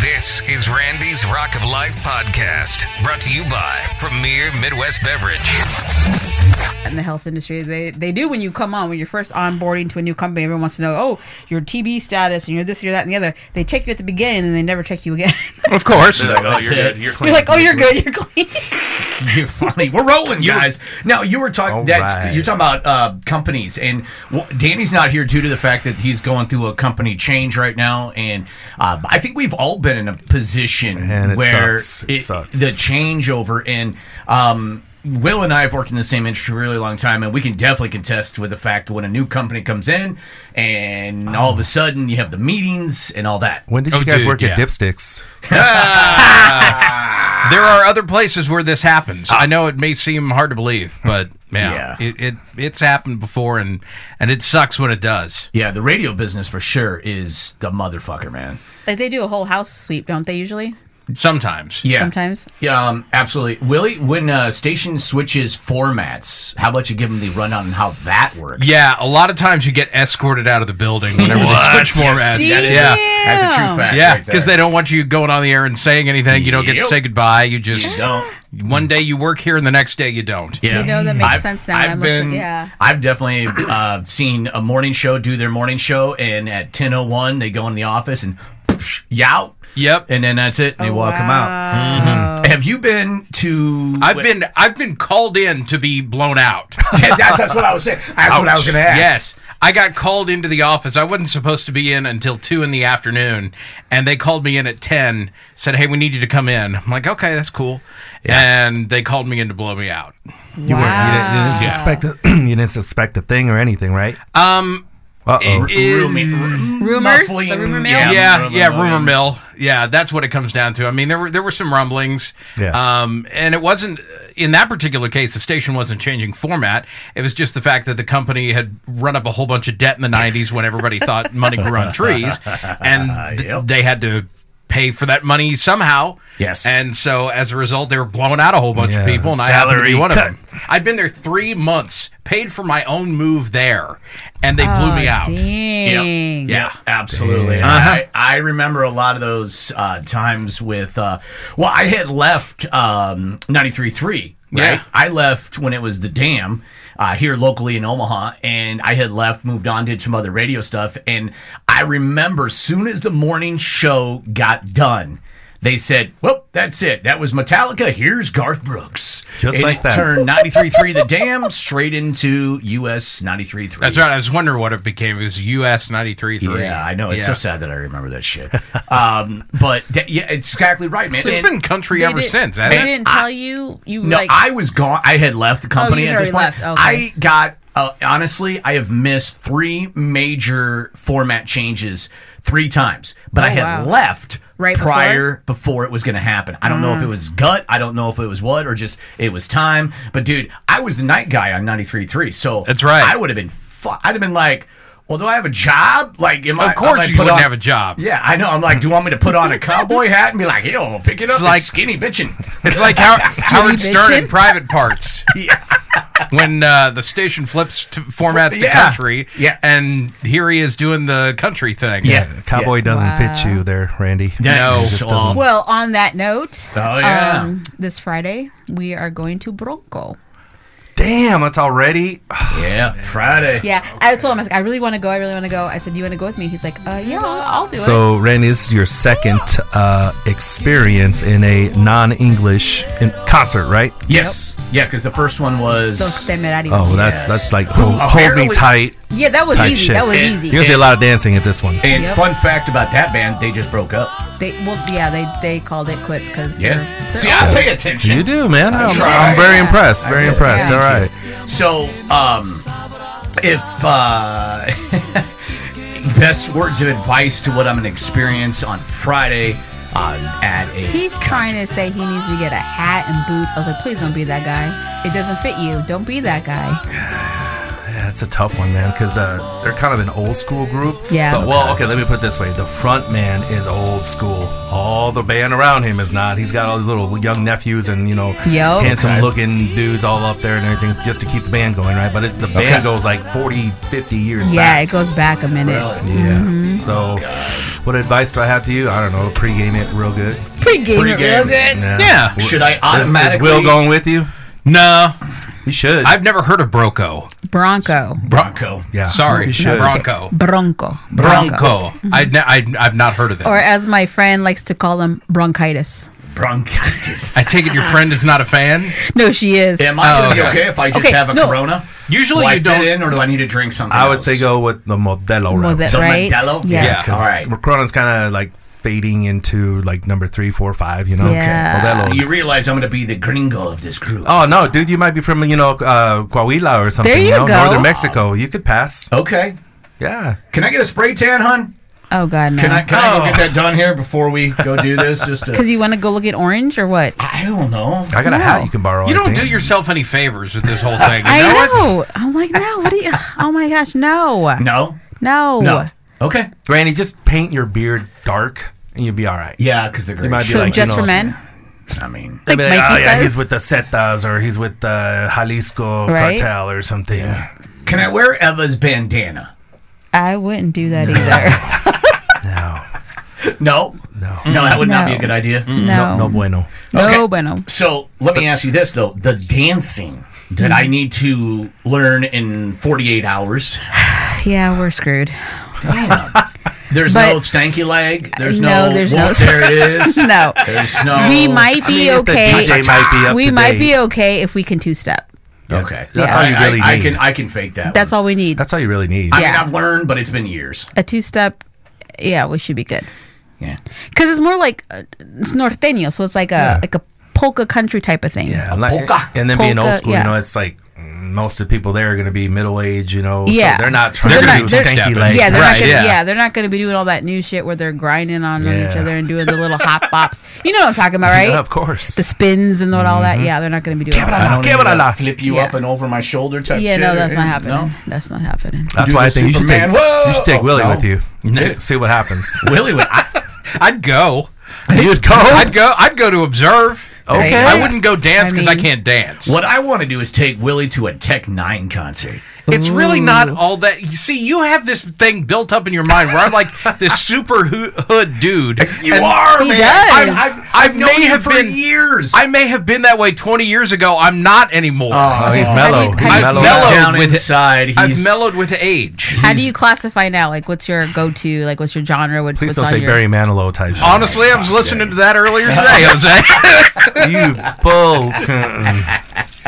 This is Randy's Rock of Life podcast, brought to you by Premier Midwest Beverage. in the health industry. They they do when you come on when you're first onboarding to a new company. Everyone wants to know, oh, your TB status and you're this, you're that, and the other. They check you at the beginning and then they never check you again. Of course. They're like, oh, That's you're it. good. You're clean. you're like, oh, you're good, you're clean. You're funny. We're rolling, guys. Now you were All talking. That's right. you're talking about uh, companies, and w- Danny's not here due to the fact that he's going through a company change right now. And uh, I think we've all been in a position Man, it where sucks. It sucks. the changeover and. Um, Will and I have worked in the same industry for a really long time, and we can definitely contest with the fact when a new company comes in, and all of a sudden you have the meetings and all that. Oh. When did Oh, you guys dude, work at yeah. Dipsticks? There are other places where this happens. I know it may seem hard to believe, but yeah, Ah. Yeah. It, it it's happened before, and and it sucks when it does. Yeah, the radio business for sure is the motherfucker, man. like they do a whole house sweep, don't they? Usually, Sometimes. Yeah, sometimes. Yeah, um, absolutely, Willie. When uh, station switches formats, how about you give them the rundown on how that works? Yeah, a lot of times you get escorted out of the building whenever they switch formats. Damn. Yeah. that's a true fact. Yeah, because they don't want you going on the air and saying anything. You don't get to Yep. say goodbye. You just don't. one day you work here and the next day you don't. Yeah. You know, that makes sense now when I listen- yeah. I've definitely uh, seen a morning show do their morning show, and at ten oh one they go in the office and yout, Yep. and then that's it. And they Oh, walk 'em wow. out. Have you been to? I've been I've been called in to be blown out. that's, that's what I was saying. That's what I was going to ask. Yes. I got called into the office. I wasn't supposed to be in until 2 in the afternoon. And they called me in at 10, said, Hey, we need you to come in. I'm like, Okay, that's cool. And they called me in to blow me out. You weren't. You didn't, you didn't Wow. suspect. A, you didn't suspect a thing or anything, right? Um. Uh oh. it is- Rumors, Muffling, the rumor mill. yeah. yeah, rumor yeah, mill, rumor yeah. mill. Yeah, that's what it comes down to. I mean, there were there were some rumblings. Yeah. Um, and it wasn't in that particular case. The station wasn't changing format. It was just the fact that the company had run up a whole bunch of debt in the '90s when everybody thought money grew on trees, and th- Yep. they had to pay for that money somehow. Yes. And so as a result, they were blowing out a whole bunch Yeah. of people, and I happened to be Salary one cut. of them. I'd been there three months, paid for my own move there, and they blew Oh, me out. Dang. Yeah, absolutely. And I, I remember a lot of those uh, times with, uh, well, I had left um, 93.3, right? Yeah. I left when it was the dam uh, here locally in Omaha, and I had left, moved on, did some other radio stuff. And I remember soon as the morning show got done, they said, well, that's it. That was Metallica. Here's Garth Brooks. Just And like it that. Turned 93.3 The Dam straight into US 93.3. That's right. I was wondering what it became. It was US 93.3. Yeah, I know. It's Yeah. so sad that I remember that shit. um, but th- yeah, it's exactly right, man. It's And- been country They ever did- since. They hasn't it? didn't tell you. You no. like Oh, I was gone. I had left the company you'd at this already point. left, okay. I got uh, honestly, I have missed three major format changes three times, but I had Oh, wow. left. Right before? Mm. prior before, it was going to happen. I don't know if it was gut, I don't know if it was what, or just it was time. But dude, I was the night guy on 93.3, so That's right. I would have been, fu- I'd have been like, well, do I have a job? Like, am I? Of course am I you put wouldn't on- have a job. Yeah, I know. I'm like, do you want me to put on a cowboy hat and be like, yo, pick it up, It's it's like- skinny bitchin'? It's like how, Howard Stern bitchin'? in Private Parts. When uh, the station flips to, formats to Yeah. country, Yeah. and here he is doing the country thing. Yeah. Cowboy doesn't fit you there, Randy. No. It just doesn't- Well, on that note, um, Oh, yeah. this Friday we are going to Bronco. Damn, that's already. Yeah, Friday. Yeah, I told him I, was like, I really want to go. I really want to go. I said, "Do you want to go with me?" He's like, uh, "Yeah, I'll do it." So, Randy, this is your second uh, experience in a non-English in- concert, right? Yes. Yeah, because the first one Dos was. temerarios. Oh, that's Yes. that's like hold, hold me Apparently- tight yeah, that was type easy. shit. That was And- easy. You're gonna see a lot of dancing at this one. And Yep. fun fact about that band, they just broke up. They well, yeah, they they called it quits because Yeah. See, I pay attention. You do, man. I'm, try. I'm very impressed. Very did. impressed. Yeah. All right. So, um, if uh, best words of advice to what I'm going to experience on Friday uh, at a He's concert. trying to say he needs to get a hat and boots. I was like, please don't be that guy. It doesn't fit you. Don't be that guy. that's a tough one, man, because uh, they're kind of an old school group. Yeah. But, well, okay, let me put it this way: the front man is old school. All the band around him is not. He's got all his little young nephews and you know, Yo. handsome looking dudes all up there and everything just to keep the band going, right? But it, the band Okay. goes like 40, 50 years. Yeah, back, it goes Mm-hmm. back a minute. Yeah. So, what advice do I have to you? I don't know. Pre-game it real good. Pre-game it real Pre-game. good. Nah. Yeah. Is- Should I automatically? Is Will going with you? No, You should. I've never heard of Broco. Bronco. Bronco. yeah. Sorry, You should. Bronco. Bronco. Bronco. I'd ne- I'd, I've not heard of it. Or as my friend likes to call them, bronchitis. Bronchitis. I take it your friend is not a fan. No, she is. Am I Oh, gonna be okay. okay if I just Okay, have a no. Corona? Usually Will I you fit don't- in, or do I need to drink something? I would else? say go with the Modelo Well, route. that- The right? Modelo? Yes. Yeah. All right. Because Corona's kind of like fading into like number three, four, five. You know. Yeah. Modelo's- You realize I'm going to be the gringo of this group. Oh no, dude! You might be from you know uh, Coahuila or something. There you know, go. Northern Mexico. You could pass. Okay. Yeah. Can I get a spray tan, hun? Oh God, Can I no. can I go get that Oh. done here before we go do this? Just to, Because you want to go look at orange or what? I don't know. I got a hat you can borrow. You I don't think. do yourself any favors with this whole thing. You I know what? know. I'm like, no. What do you? Oh my gosh, no. No. No. No. Okay. Granny. Just paint your beard dark, and you'll be all right. Yeah, because they're might great. be So like, you just know, for men. I mean, They'll be Like like, Mikey oh yeah, says. he's with the Zetas or he's with the Jalisco Right? cartel or something. can I wear Eva's bandana? I wouldn't do that either. No, No. no, No, that would not be a No. Mm. good idea. No. no bueno. No Okay. bueno. So let me ask you this though: the dancing. Did Mm. I need to learn in 48 hours? Yeah, we're screwed. There's But- no stanky leg. There's no. No, there's well, no- There it is. No. There's no. We might be Oh, mean, if the okay. DJ might be up we to might date. be okay if we can two step. Okay. That's I- all you I- really I, need. can. I can fake that. That's all we need. That's all you really need. I mean, yeah. I've learned, but it's been years. a two step. Yeah, we should be good. Yeah. Because it's more like uh, it's norteño, so it's like a like a polka country type of thing. Yeah, I'm not- polka. and then being Polka, old school, yeah. you know, it's like mm, most of the people there are going to be middle age. You know, so Yeah. they're not So trying they're to not- do they're- stanky stepping. legs. Yeah, they're Right, not gonna, yeah. yeah. they're not going to be doing all that new shit where they're grinding on, on each Yeah. other and doing the little hop bops. You know what I'm talking about, right? Yeah, of course. Mm-hmm. The spins and all that. Yeah, they're not going to be doing all that. I don't need to Quebrala. flip you Yeah. up and over my shoulder type Yeah, shit. no, or that's not anything. happening. That's not happening. That's Do why the I think you should take Superman. Whoa! you should take Oh, Willie no. with you. No. See- See what happens. No? Willie would. I, I'd go. You'd go. I'd go. I'd go to observe. Okay. I wouldn't go dance I because I, mean- can't dance. what I want to do is take Willie to a Tech Nine concert. It's really not all that. You see, you have this thing built up in your mind where I'm like this super hoo- hood dude. You and are, He man. does. I've, I've, I've I known may you have for been- years. I may have been that way 20 years ago. I'm not anymore. Oh, he's so how do mellow. you- He's how do you- mellowed Mellow. out. down with- inside. I've He's mellowed with age. How do you classify now? Like, what's your go-to? Like, what's your genre? What's, Please what's don't on say your... Barry Manilow type. shit. Honestly, I was listening to that earlier today, Jose. you bull.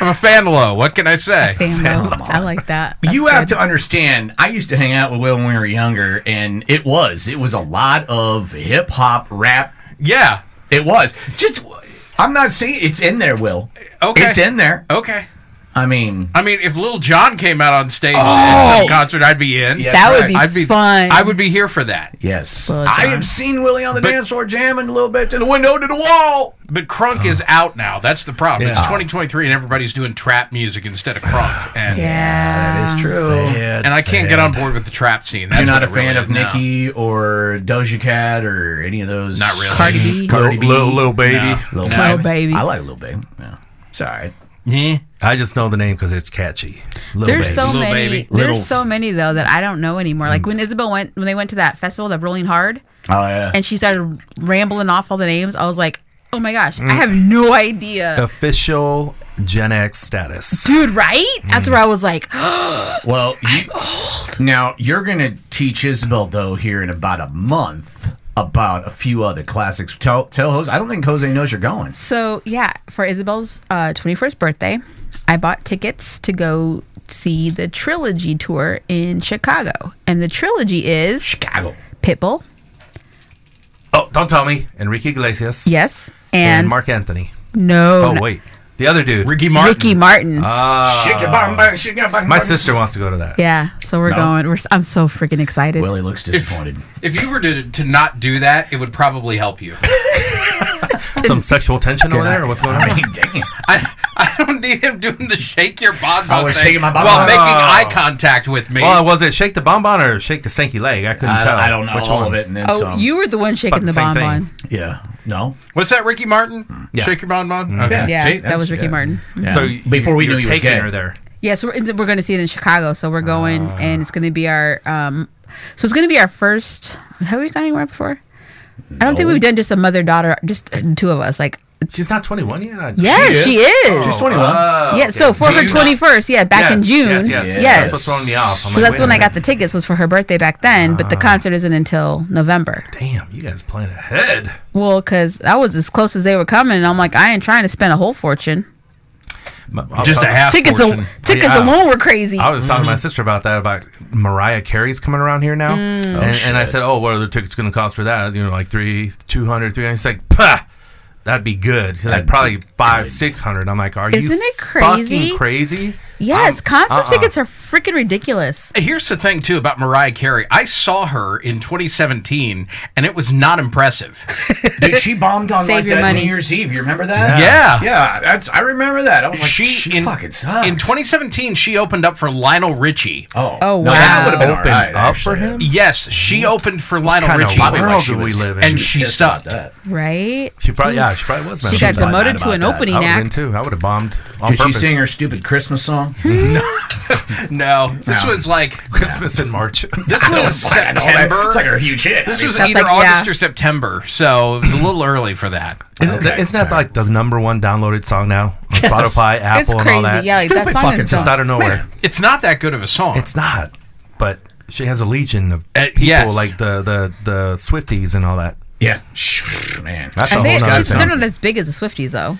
I'm a fan low. What can I say? Fandom. I like that. That's you good. have to understand. I used to hang out with Will when we were younger, and it was it was a lot of hip hop, rap. Yeah. It was just. I'm not saying it's in there, Will. Okay. it's in there. Okay. I mean, I mean, if Lil John came out on stage at Oh. some concert, I'd be in. Yeah. That That's would right. be I'd be fun. I would be here for that. yes, Well I done. have seen Willie on the But- dance floor jamming a little bit to the window to the wall. But crunk is out now. That's the problem. It's Yeah. 2023 and everybody's doing trap music instead of crunk. And Yeah. That is true. Sad, Oh, and I can't get sad. on board with the trap scene. Ah, That's You're not a what it really fan is of now. Nicki or Doja Cat or any of those. Not really. Cardi B. Cardi B. Little, little baby. No. Lil Lil Baby. I like Lil Baby. Yeah. It's all right. Yeah. I just know the name because it's catchy. Little There's baby. so Little many. baby. There's Littles. so many though that I don't know anymore. Like when Isabel went when they went to that festival, that Rolling Hard, Oh yeah. and she started rambling off all the names. I was like, oh my gosh, I have no idea, official Gen X status. dude. Right? That's where I was like, Well, you, now you're gonna teach Isabel though here in about a month about a few other classics. Tell tell Jose. I don't think Jose knows you're going. so yeah. For Isabel's uh, 21st birthday, I bought tickets to go see the trilogy tour in Chicago, and the trilogy is Chicago. Pitbull, Oh, don't tell me. Enrique Iglesias. yes, And and, Mark Anthony. no, Oh, no, wait. The other dude. Ricky Martin. Ricky Martin. Shake your bum, bum, shake your bum, My bum. sister wants to go to that. yeah, so we're going. We're, s- I'm so freaking excited. Willie looks disappointed. If you were to, to not do that, it would probably help you. Some sexual tension over there? or What's going on? Dang. I, I don't need him doing the shake your bonbon I was thing shaking my bonbon. while making Oh. eye contact with me. Well, was Oh, it shake the bonbon or shake the stanky leg? I couldn't I, tell. I don't know which all one. of it, and then Oh, some. you were the one shaking About the the same bonbon. yeah, no. What's that, Ricky Hmm. Martin? Yeah. Shake your bonbon. Mm-hmm. Okay. Yeah, See, that that's- was Ricky yeah. Martin. So Yeah. you- Before we you're knew he was taking gay. her there. Yeah, so we're, we're going to see it in Chicago. So we're going, Ah. and it's going to be our. Um, so it's going to be our first. Have we gone anywhere before? I don't think we've done just a mother daughter, just the two of us. Like, She's not 21 yet. I- yeah, she is. She's 21. yeah, so for Oh, Do her you not- twenty first, yeah, back in Yes, June. Yes, yes, yes. That's what's throwing me off. I'm so like, that's wait a when I got minute. the tickets was for her birthday back then, Ah. but the concert isn't until November. Damn, you guys playing ahead. Well, because I was as close as they were coming, and I'm like, I ain't trying to spend a whole fortune. Just a half tickets, fortune. al- tickets Yeah. alone were crazy. I was talking Mm-hmm. to my sister about that about Mariah Carey's coming around here now, Mm. and, and I said, "Oh, what are the tickets going to cost for that? You know, like three, two hundred, three hundred. She's like, "Pah, that'd be good. She's like That'd probably be five, good. six hundred. I'm like, "Are Isn't you it crazy? fucking crazy? yes, I'm- concert uh-uh. tickets are freaking ridiculous. Here's the thing too about Mariah Carey. I saw her in 2017, and it was not impressive. Dude, she bombed on Save like your that money. New Year's Eve. You remember that? Yeah. Yeah, that's I remember that. I was like, she, she, in, fucking sucks. in 2017 she opened up for Lionel Richie. oh, Oh, no, that wow. would have been Open all right, up actually. for him? Yes, she opened for Lionel Kind of Richie, world why she do we was- live in? and she Pissed about sucked. that. Right? She probably, yeah, she probably was. She mad got about that. demoted mad to an about that. opening I would have been act. too. I would have bombed on Did she purpose. sing her stupid Christmas song? No, this was like Christmas in March? I this was know that- September. It's like her huge hit. I This mean, was That's either like- August yeah. or September, so it was a little early for that. Isn't, that, isn't that like the number one downloaded song now on Spotify, It's Apple, and all that? crazy. Yeah, like, that Stupid song fucking is just dumb. out of nowhere. It's not that good of a song. It's not, but she has a legion of Uh, people yes. like the the the Swifties and all that. yeah, Shh, man. That's Are a they, whole nother she's, they're thing. not as big as the Swifties, though.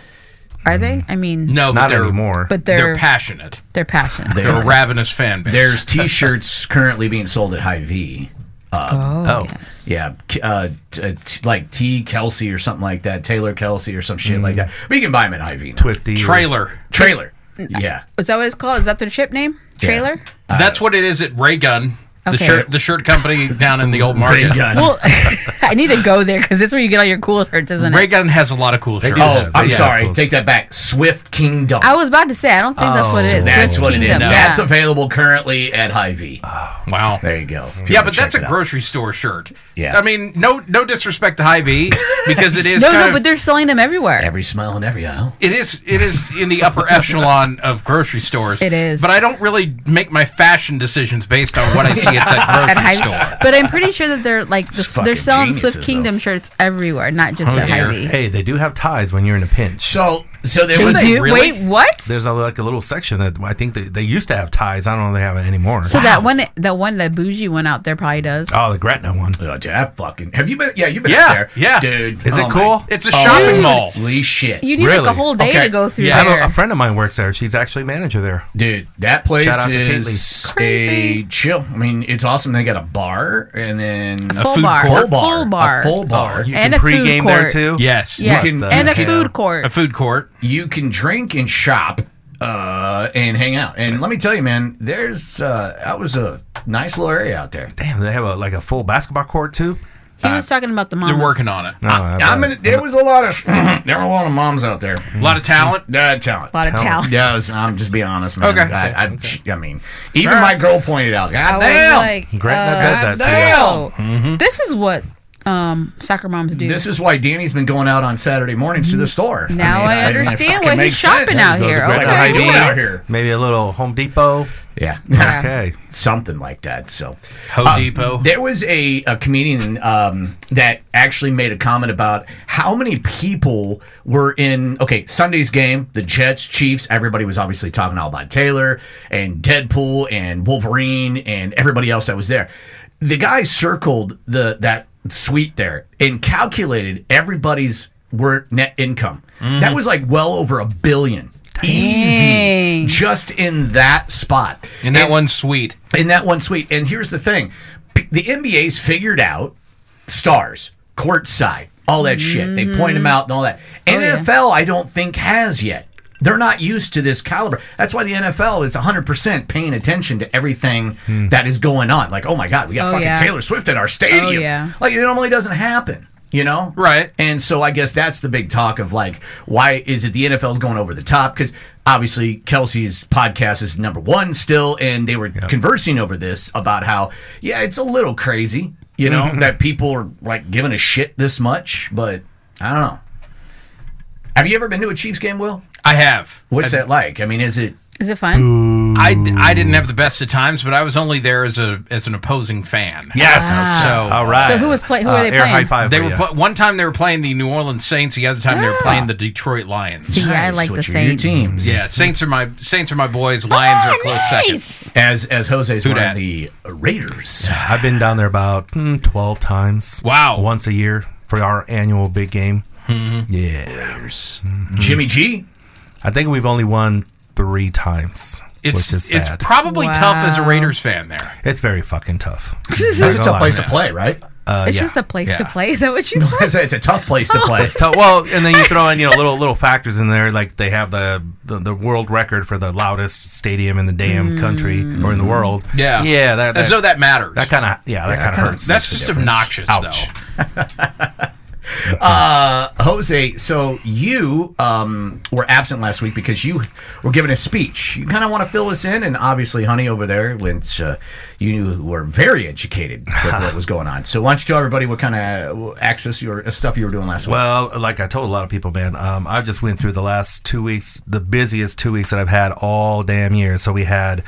Are they? I mean, no, but Not they're, anymore. But They're, they're passionate. they're passionate. They're a ravenous fan base. There's T-shirts currently being sold at Hy-Vee. oh, oh. yes. Yeah, K- uh, t- uh, t- like T. Kelsey or something like that. Taylor Kelsey or some shit like that. But you can buy them at Hy-Vee. now. Swifty trailer. Trailer. Yeah. Is that what it's called? Is that their ship name? Trailer? Uh, That's what it is at Ray Gun, the Okay. shirt the shirt company down in the old Ray market. gun. Well, I need to go there because that's where you get all your cool shirts, isn't Ray it? Gun has a lot of cool shirts. do. oh, I'm Yeah, sorry. close. Take that back. Swift Kingdom. I was about to say, I don't think that's what it Oh. is. That's Swift what it is. Kingdom, yeah. That's available currently at Hy-Vee. wow. there you go. Ah, If you Yeah, wanna but that's check a it out. grocery store shirt. Yeah. I mean, no no disrespect to Hy-Vee because it is No, kind no, of- but they're selling them everywhere. Every smile in every aisle. it is it is in the upper echelon of grocery stores. It is. But I don't really make my fashion decisions based on what I see at that At grocery Hy- store. but I'm pretty sure that they're like the, It's they're fucking selling geniuses, Swift Kingdom shirts everywhere, not just Oh, at dear. Hy-Vee. Hey, they do have ties when you're in a pinch. So, so there Do was. they? You- really? Wait, what? There's a, like a little section that I think they, they used to have ties. I don't know if they have it anymore. So that one, that one that bougie went out there probably does. oh, the Gretna one. Oh, dude, I fucking. Have you been? Yeah, you've been Yeah, up there. yeah. dude. Is oh it my- cool? It's a shopping Dude, mall. Holy shit, You need like Really? a whole day Okay. to go through Yeah, I have there. a, a friend of mine works there. She's actually manager there. dude. That place Shout out to is Crazy. a chill. I mean, it's awesome. They got a bar and then A full A food bar. court. A full bar. a full bar. you you, And can a food pregame there court. too. Yes. yeah, You can- and a you food court. A food court. you can drink and shop uh, and hang out. And let me tell you, man, there's uh, that was a nice little area out there. Damn, they have a, like a full basketball court too. he was talking about the They're mom. working on it. No, Oh, I I'm bet. gonna, there was a lot of there were a lot of moms out there. A lot of talent. Uh, talent. a lot of Talent. talent. Yeah, I was- I'm just being honest, man. Okay. I, I, I mean, even my girl pointed out. I God damn. was like, Grant uh, does that damn. too. oh, this is what um, soccer moms do. this is why Danny's been going out on Saturday mornings to the store. Mm-hmm. Now I it understand fucking why he's makes shopping sense. out Go to here. Greg Okay. Hyde Hyde Beach Beach. out here. Maybe a little Home Depot. Yeah. Okay. Something like that. So, Home Um, Depot. There was a, a comedian um, that actually made a comment about how many people were in, okay, Sunday's game, the Jets, Chiefs, everybody was obviously talking all about Taylor and Deadpool and Wolverine and everybody else that was there. The guy circled the that suite there and calculated everybody's work net income. That Mm-hmm. was like well over a billion. Easy. Dang. Just in that spot and that one's sweet. in that one suite. And here's the thing: P- the NBA's figured out stars, courtside, all that shit. Mm-hmm. They point them out and all that. Oh, NFL, I don't think has yet. They're not used to this caliber. That's why the NFL is 100% paying attention to everything that is going on. Like, oh my God, we got Oh, fucking yeah. Oh, Taylor Swift at our stadium. yeah. Like, it normally doesn't happen. you know? Right. And so I guess that's the big talk of like, why is it the NFL's going over the top? Because obviously Kelsey's podcast is number one still, and they were conversing over this about how, yeah, it's a little crazy, you know, Mm-hmm. that people are like giving a shit this much, but I don't know. Have you ever been to a Chiefs game, Will? I have. What's I, that like? I mean, is it Is it fun? I, I didn't have the best of times, but I was only there as a as an opposing fan. Yes. So All right. Ah. Uh, So who was play- who were they air playing? High five they Oh, for were ya. pla- one time they were playing the New Orleans Saints, the other time they were playing the Detroit Lions. See, I nice like the with your- your Saints. teams? Yeah, Saints are my Saints are my boys. Lions Oh, are a close second. As as Jose's one dat? of the Raiders. I've been down there about mm, 12 times. Wow. Mm-hmm. Once a year for our annual big game. Yeah. Jimmy G. I think we've only won three times, It's which is sad. it's probably Wow. tough as a Raiders fan there. it's very fucking tough. That's a tough place to play, right? Uh, it's yeah. just a place to Yeah. play. Is that what you said? it's, a, it's a tough place to play. Oh. It's tough. Well, and then you throw in you know little little factors in there, like they have the the, the world record for the loudest stadium in the damn country or in the world. Mm. Yeah. yeah. That, As though that matters. that kind of yeah, that kind of hurts. That's just obnoxious, Ouch. though. Jose, so you um, were absent last week because you were giving a speech. You kind of want to fill us in, and obviously, honey over there, which uh, you were very educated with what was going on. So why don't you tell everybody what kind of access your uh, stuff you were doing last week? Well, like I told a lot of people, man, um, I just went through the last two weeks, the busiest two weeks that I've had all damn year. So we had,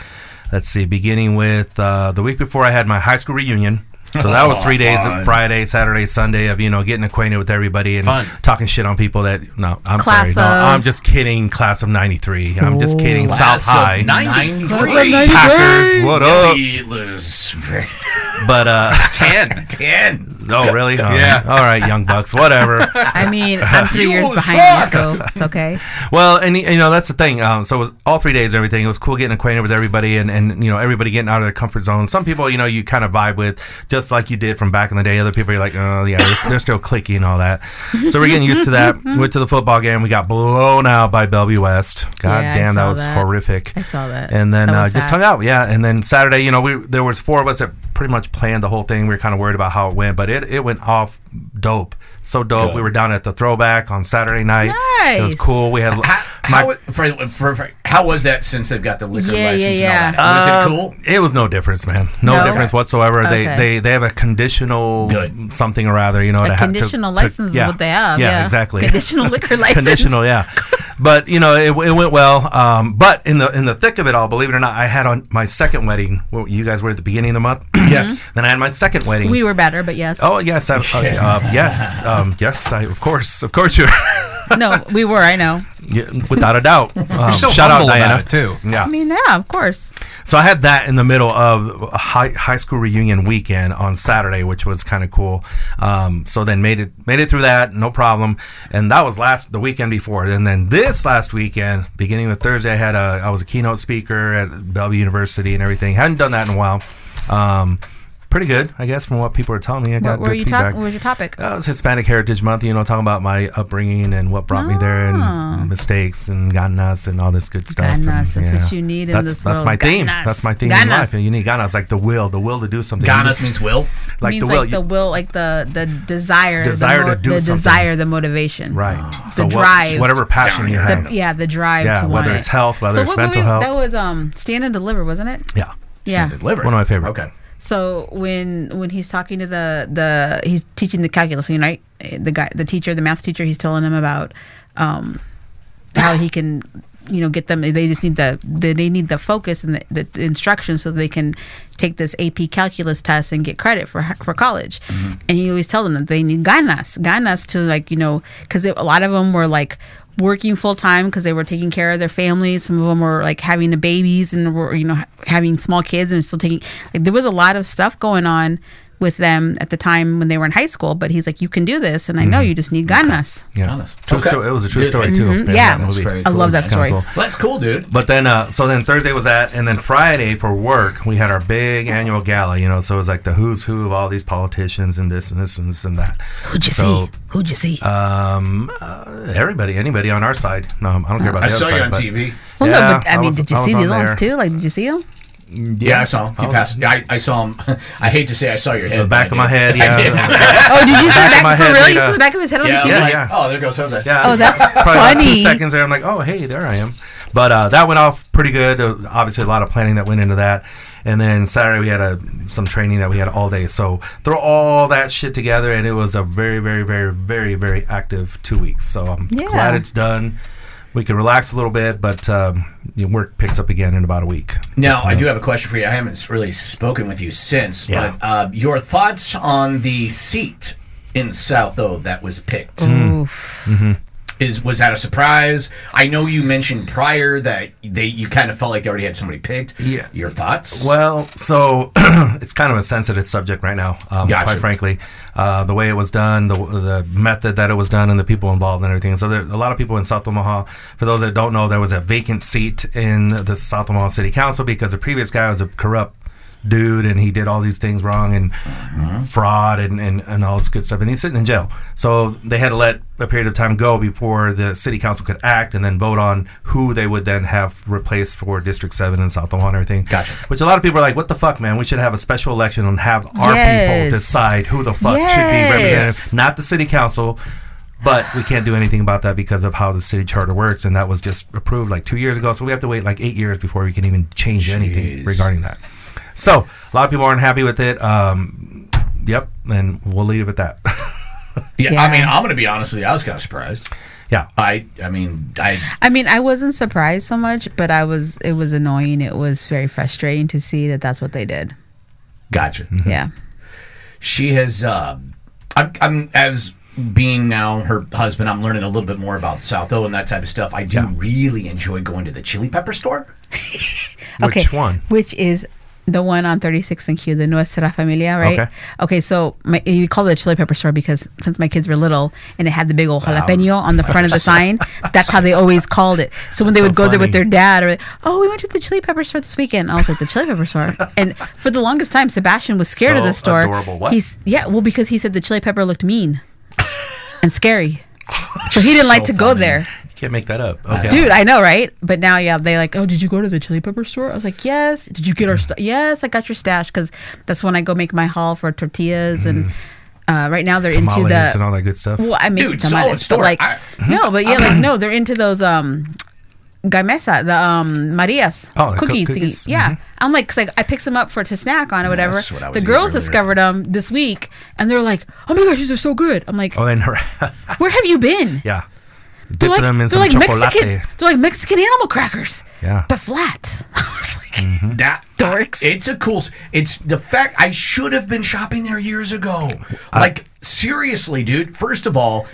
let's see, beginning with uh, the week before I had my high school reunion. So that was three days, Oh, fun. Friday, Saturday, Sunday, of you know getting acquainted with everybody and Fun. talking shit on people that no, I'm Class sorry, no, of- I'm just kidding. Class of '93, I'm just kidding. South Class of High, 93. Packers, what Oh. up? But uh, Ten. Ten. oh really? Um, Yeah. All right, young bucks, whatever. I mean, I'm three years old behind you, so it's okay. Well, and you know that's the thing. Um, so it was all three days, and everything. It was cool getting acquainted with everybody, and, and you know everybody getting out of their comfort zone. Some people, you know, you kind of vibe with, just like you did from back in the day. Other people, you're like, oh yeah, they're, they're still clicky and all that. So we're getting used to that. Mm-hmm. Went to the football game. We got blown out by Bellevue West. God Yeah, I damn, that saw was that. horrific. I saw that. And then That uh, was just sad. hung out, yeah. And then Saturday, you know, we there was four of us that pretty much planned the whole thing. We were kind of worried about how it went, but it, it went off dope, so dope. We were down at the throwback on Saturday night. It was Nice. cool. We had How, my- how, for, for, for, how was that since they've got the liquor Yeah, yeah, license yeah. and all that? Was it cool? um, It was no difference, man. No, No? difference whatsoever. Okay. They they they have a conditional Good. something or other, you know. A to ha- to- conditional to- license is what they have. Yeah, Yeah, exactly. Conditional liquor license. conditional, yeah. But you know, it, it went well. Um, but in the in the thick of it all, believe it or not, I had on my second wedding. Well, you guys were at the beginning of the month. Yes. Mm-hmm. then I had my second wedding. We were better, but yes. Oh yes, I, uh, uh, yes, um, yes. I, of course, of course, you're No, we were. I know. yeah, without a doubt. Um, so shout out humble about Diana it, too. Yeah, I mean, yeah, of course. So I had that in the middle of a high high school reunion weekend on Saturday, which was kind of cool. Um, so then made it made it through that, no problem. And that was last the weekend before. And then this last weekend, beginning with Thursday, I had a I was a keynote speaker at Bellevue University and everything. Hadn't done that in a while. Um, pretty good, I guess, from what people are telling me. I got What were good you feedback. talking? What was your topic? Uh, it was Hispanic Heritage Month, you know, talking about my upbringing and what brought me there and mistakes and ganas and all this good stuff. and, Ganas, Ah. that's what you need in that's, this That's world, my is theme. ganas. That's my theme in Ganas. life. And you need ganas, like the will, the will to do something. You Ganas means will. need- like means the will. like the you- will, like the the desire, Desire the to do the something. desire, the motivation, Oh. right. the what- drive. whatever passion you The, have. yeah, the drive to Yeah, want whether it. it's health, whether so it's what mental movie- health. That was um, stand and deliver, wasn't it? yeah. Yeah. Delivered. One of my favorite. Okay. So when when he's talking to the the he's teaching the calculus, you know, right? The guy, the teacher, the math teacher, he's telling him about um, how he can, you know, get them. They just need the they, they need the focus and the, the instruction so they can take this AP calculus test and get credit for for college. Mm-hmm. And he always tells them that they need ganas, ganas to like you know, because a lot of them were like working full time because they were taking care of their families. Some of them were like having the babies and were you know ha- having small kids and still taking. Like there was a lot of stuff going on with them at the time when they were in high school. But he's like, you can do this, and I know you just need ganas. Mm-hmm. Yeah. Ganas. True Okay. story. It was a true Did- story, too. in Mm-hmm. yeah. that movie. That's very I love cool. that It's kinda story. cool. Well, that's cool, dude. But then, uh, so then Thursday was that, and then Friday for work we had our big annual gala, you know. So it was like the who's who of all these politicians and this and this and this and that. Who'd you So- see? Who'd you see? Um, uh, everybody, anybody on our side. No, I don't care about. I the saw other you side, on but- TV. well, no, Yeah, but I, mean, was- did you I see was the on other ones there. too? Like, did you see them? Yeah, I saw him. He passed. I, I saw him. I hate to say I saw your head. Oh, The back of but I my did. head, I did. yeah. Oh, did you see Back of the my back? For head, real, like, you saw uh, the back of his head on Yeah, I the was keyboard? like, Yeah. oh, there goes Jose. Yeah, Oh, that's probably about two funny. seconds there. I'm like, oh, hey, there I am. But uh, that went off pretty good. Uh, obviously, a lot of planning that went into that. And then Saturday we had a some training that we had all day. So throw all that shit together, and it was a very, very, very, very, very active two weeks. So I'm Yeah. glad it's done. We can relax a little bit, but um, your work picks up again in about a week. Now, I do have a question for you. I haven't really spoken with you since, Yeah. but uh, your thoughts on the seat in South O that was picked? Mm. Oof. Is was that a surprise? I know you mentioned prior that they you kind of felt like they already had somebody picked. Yeah. Your thoughts? Well, so it's kind of a sensitive subject right now, um, Gotcha. quite frankly. Uh, the way it was done, the, the method that it was done, and the people involved and everything. So, there, a lot of people in South Omaha, for those that don't know, there was a vacant seat in the South Omaha City Council because the previous guy was a corrupt dude and he did all these things wrong and fraud and, and, and all this good stuff. And he's sitting in jail. So, they had to let a period of time go before the city council could act and then vote on who they would then have replaced for District 7 in South Omaha and everything. Gotcha. Which a lot of people are like, what the fuck, man? We should have a special election and have our Yes. people decide who the fuck Yes. should be represented, not the city council. But we can't do anything about that because of how the city charter works, and that was just approved like two years ago. So we have to wait like eight years before we can even change anything Jeez. regarding that. So a lot of people aren't happy with it. Um, yep, and we'll leave it at that. yeah, yeah. I mean, I'm going to be honest with you. I was kind of surprised. yeah, I I mean, I I mean, I wasn't surprised so much, but I was. It was annoying. It was very frustrating to see that that's what they did. gotcha. Mm-hmm. Mm. Yeah. She has. Uh, I'm, I'm as being now her husband. I'm learning a little bit more about South O and that type of stuff. I do really enjoy going to the chili pepper store. Okay. Which one? Which is the one on 36th and Q, the Nuestra Familia, right? Okay. Okay. so my, you call it a chili pepper store because since my kids were little and it had the big old jalapeno on the front of the sign, that's how they always called it. So when they That's so would go there funny. with their dad, or oh, we went to the chili pepper store this weekend. I was like, the chili pepper store. And for the longest time, Sebastian was scared of So the store. adorable. What? He's yeah, well because he said the chili pepper looked mean and scary. So he didn't like So to go funny. there. you can't make that up. Okay. Dude, I know, right? But now, yeah, they like, oh, did you go to the chili pepper store? I was like, yes. Did you get our st-? yes? I got your stash because that's when I go make my haul for tortillas and Mm-hmm. uh, right now they're into the. Tamales and all that good stuff. well, I make Dude, the solid tamales, store. but like, I- no, but yeah, like no, they're into those um, gamesa, the um, Marias Oh, the cookie cook- cookies? thingies. Yeah, I'm like, 'cause, like I picked them up for to snack on or whatever. Mm-hmm. that's what I was the eating girls earlier. discovered them this week, and they're like, oh my gosh, these are so good. I'm like, Oh, then where have you been? yeah, They're dipping like, them they're in some like chocolate. Mexican. They're like Mexican animal crackers. Yeah. Mm-hmm. But flat. I was like, That Dorks. It's a cool. s- It's the fact I should have been shopping there years ago. like seriously, dude. First of all.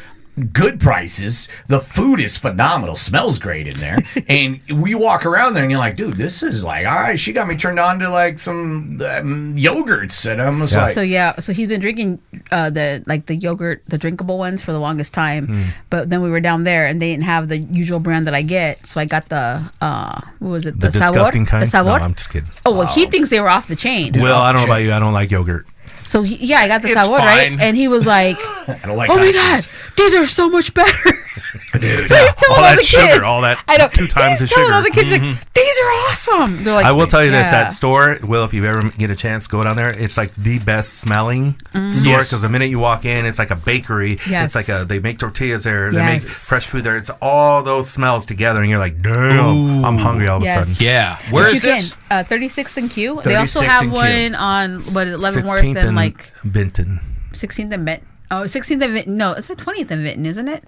Good prices. The food is phenomenal. Smells great in there. and we walk around there, and you're like, dude, this is like, all right. She got me turned on to like some um, yogurts, and I'm just Yeah. like, So yeah, so he's been drinking uh, the like the yogurt, the drinkable ones for the longest time. Mm. But then we were down there and they didn't have the usual brand that I get, so I got the uh, what was it? The, disgusting sabor? kind. The sabor. No, I'm just kidding. oh well, he thinks they were off the chain. well, I don't know shit. about you. I don't like yogurt. So he, yeah, I got the It's sabor right, fine. and he was like, I don't like "Oh my hot god, sauce. these are so much better." So he's telling All all, that the sugar, kids, all that I know, two times he's the telling sugar. Mm-hmm. all the kids, like, these are awesome. They're like, I will tell you this: "Yeah." that store, Will, if you ever get a chance, go down there. It's like the best smelling store Yes. because the minute you walk in, it's like a bakery. Mm. Yes. It's like a they make tortillas there. They make Yes. fresh food there. It's all those smells together, and you're like, damn, I'm hungry all of Yes. a sudden. Yeah. Where But is you this? Can. Uh, 36th and Q. They also 36th have and Q. one on what is it, Leavenworth and, and like Benton. 16th and Vinton. Oh, 16th and Vinton. No, it's the 20th and Vinton, isn't it?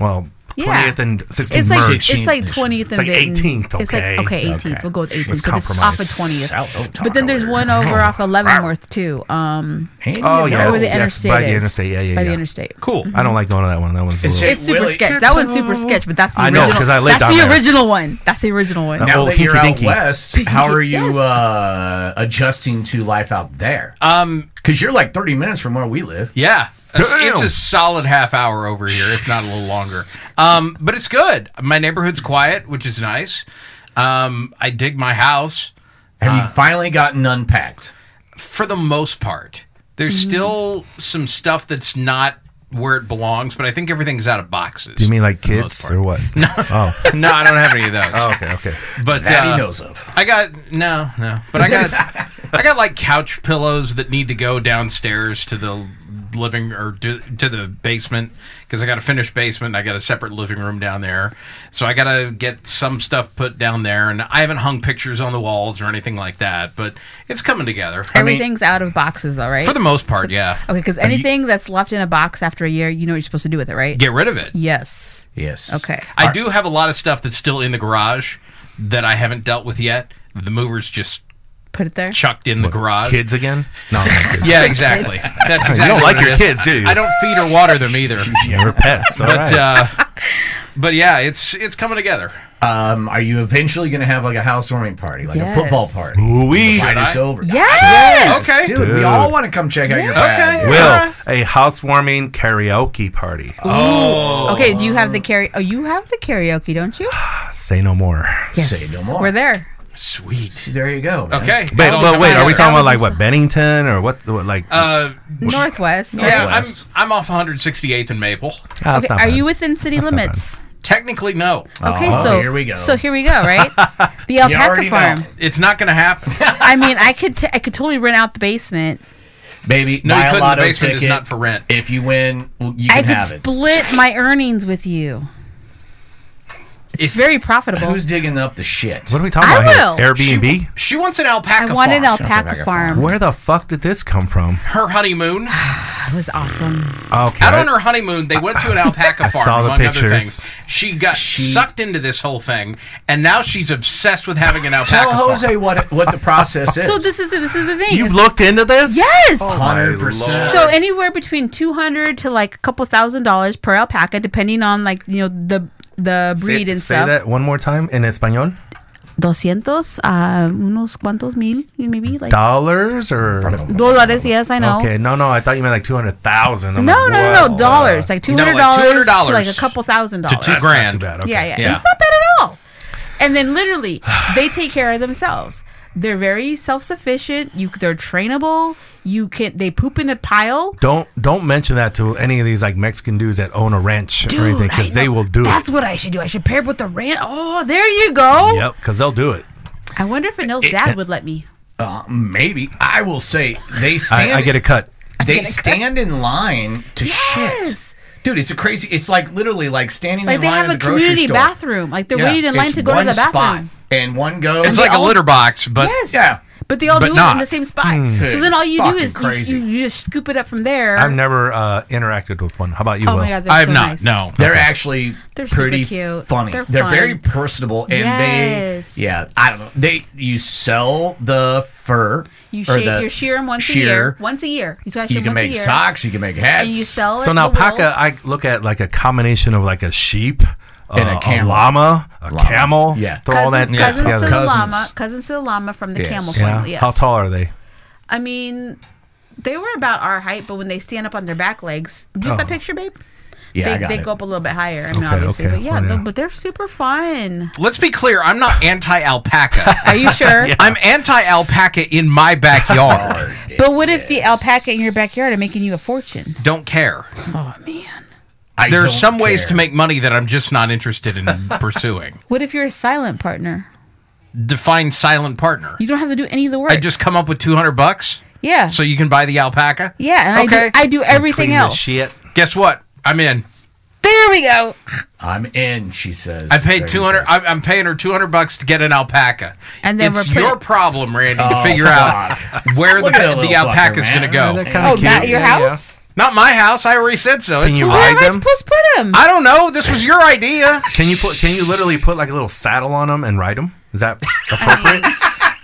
Well, Yeah. twentieth and sixteenth It's like merge. it's like 16th. 20th and like Vinton. 18th, It's like okay. okay, 18th. Okay. We'll go with 18th. Let's but this is off of compromise. 20th. South Oak But then there's Taco one over off of Leavenworth too. Um, Area. Oh And you yes, know where the yes, interstate by the is. interstate. Yeah, yeah, by yeah. the interstate. Cool. I don't like going to that one. That one's a little. It's just- It's super Willie- sketch. That one's super sketch, but that's the I know, original. 'cause I that's lived down the there. original one. That's the original one. That Now old that you're hinky out dinky. west, how are you Yes. uh, adjusting to life out there? Um, Because you're like 30 minutes from where we live. Yeah. It's, Damn. it's a solid half hour over here, if not a little longer. Um, but it's good. My neighborhood's quiet, which is nice. Um, I dig my house Have you finally gotten unpacked? for the most part. There's still some stuff that's not where it belongs, but I think everything's out of boxes. Do you mean like for the most kids part. or what? No. Oh. No, I don't have any of those. oh, okay, okay. but that uh, he knows of. I got no, no. But I got I got like couch pillows that need to go downstairs to the living or to, to the basement because I got a finished basement. and I got a separate living room down there, so I gotta get some stuff put down there. And I haven't hung pictures on the walls or anything like that, but it's coming together Everything's out of boxes, though, right? for the most part. Yeah, okay, because anything that's left in a box after a year, you know what you're supposed to do with it, right? get rid of it. Yes. Yes. Okay. I do have a lot of stuff that's still in the garage that I haven't dealt with yet. The movers just Put it there. chucked in the garage. Kids again? No, not kids. Yeah, exactly. That's exactly. don't like what it your is. kids, do you? I don't feed or water them either. Yeah, we're pets. All but right. uh, but yeah, it's it's coming together. Um, are you eventually going to have like a housewarming party, like Yes. a football party? Ooh, we Invite us over. Yes. Okay. Dude, Dude. we all want to come check out your band. Okay. Uh-huh. will a housewarming karaoke party. Uh, Oh, Okay. Do you have the karaoke? Oh, you have the karaoke, don't you? Uh, Say no more. Say no more. We're there. sweet. There you go. man. Okay, But, it's all but coming wait, are we together. talking about like what Bennington or what? what like, Uh, Northwest. yeah, I'm Northwest. I'm off 168th and Maple. Ah, it's Okay, not are bad. you within city That's not bad. limits? Technically, no, Okay, Oh, so here we go. So here we go, right? The alpaca already know. farm. it's not going to happen. I mean, I could t- I could totally rent out the basement. Baby, No, you buy a couldn't. The lotto basement is ticket. not for rent. If you win, well, you I can could have it. split my earnings with you. It's If- very profitable. Who's digging up the shit? What are we talking I about here? will. Airbnb? She wants an I alpaca. want an farm. alpaca farm. Where the fuck did this come from? Her honeymoon. That was awesome. Okay. Out on her honeymoon, they went to an alpaca I farm, saw the among other pictures. things. She got sucked into this whole thing, and now she's obsessed with having an alpaca Tell farm. Jose what what the process is. So this is the, this is the thing. You've It's- looked into this? yes. hundred percent. So anywhere between two hundred to like a couple thousand dollars per alpaca, depending on like you know the the breed say, and say stuff. that one more time in Espanol. Doscientos, uh, unos cuantos mil, maybe like Dollars or dollars. Yes, I know. okay? No, no. I thought you meant like two hundred thousand. No, no, no, no, dollars. Like two No, like hundred dollars $200 to like a couple thousand dollars. two grand. Too bad. Okay. Yeah, yeah, Yeah. It's not bad at all. And then literally, they take care of themselves. They're very self-sufficient. You, they're trainable. You can. They poop in a pile. Don't don't mention that to any of these like Mexican dudes that own a ranch or anything I because they know. will do That's it. what I should do. I should pair it with the rant. Oh, there you go. Yep, because they'll do it. I wonder if Anil's dad would let me. Uh, maybe I will say they stand. I, I get a cut. They stand in line to Yes. shit. Dude, it's a crazy. It's like literally like standing Like in they line have a at the grocery community store. bathroom. Like they're Yeah, waiting in line it's to go to one the spot, bathroom. and one goes. It's like a all- litter box, but Yes. Yeah. But they all But do it in not. the same spot. so Dude, then all you do fucking is you, crazy. you, you just scoop it up from there. I've never uh, interacted with one. How about you? oh Will? my god, they're I have so not. nice. No. They're actually They're super pretty cute. funny. They're They're, fun. very personable, and Yes. they yeah. I don't know. They you sell the fur. You or shave, the you shear them once a shear. year. Once a year, you gotta shear You can once a make year. socks. You can make hats. and you sell it. So now the wool. paca, I look at like a combination of like a sheep, And a uh, camel. llama, a Llama. camel. Yeah. throw all Cousins, that cousins to together. the Cousins. llama, cousins to the llama from the Yes. camel Yeah. family. Yes. How tall are they? I mean, they were about our height, but when they stand up on their back legs, do you have that picture, babe? Yeah, they I got they it. go up a little bit higher. I mean, Okay, obviously, okay. but yeah, Well, they're- yeah. but they're super fun. let's be clear. I'm not anti alpaca. Are you sure? I'm anti alpaca in my backyard. But what if the alpaca in your backyard are making you a fortune? don't care. Oh man! I There are don't some ways care. to make money that I'm just not interested in pursuing. What if you're a silent partner? Define silent partner. You don't have to do any of the work. I just come up with 200 bucks yeah. so you can buy the alpaca. yeah, and okay. I do, I do everything Clean this else. Shit. Guess what? I'm in. There we go. I'm in. She says. I paid There he two hundred. says. I'm I'm paying her two hundred bucks to get an alpaca. And then it's we're put- your problem, Randy, to Oh, figure out where the Look at that the little alpaca's fucker, going to man. go. They're kinda Oh, not cute. your Yeah, yeah. house. Not my house. I already said so. Can It's you not- Where am ride I them? supposed to put him? I don't know. This was your idea. Can you put? Can you literally put like a little saddle on them and ride them? Is that appropriate?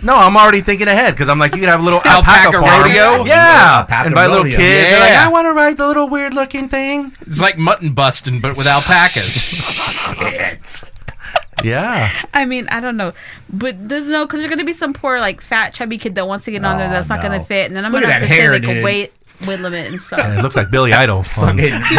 no, I'm already thinking ahead because I'm like, you could have a little alpaca, Alpaca farm. rodeo? Yeah, Alpaca and by little rodeo. kids, they're like, Yeah. I want to ride the little weird looking thing. It's like mutton busting, but with alpacas. Yeah, I mean, I don't know, but there's no because there's gonna be some poor like fat chubby kid that wants to get on there Oh, that's not gonna no. fit, and then I'm Look gonna at have to that say hair, like a dude. weight weight limit and and stuff. it looks like Billy Idol. Fun. Fucking- Dude,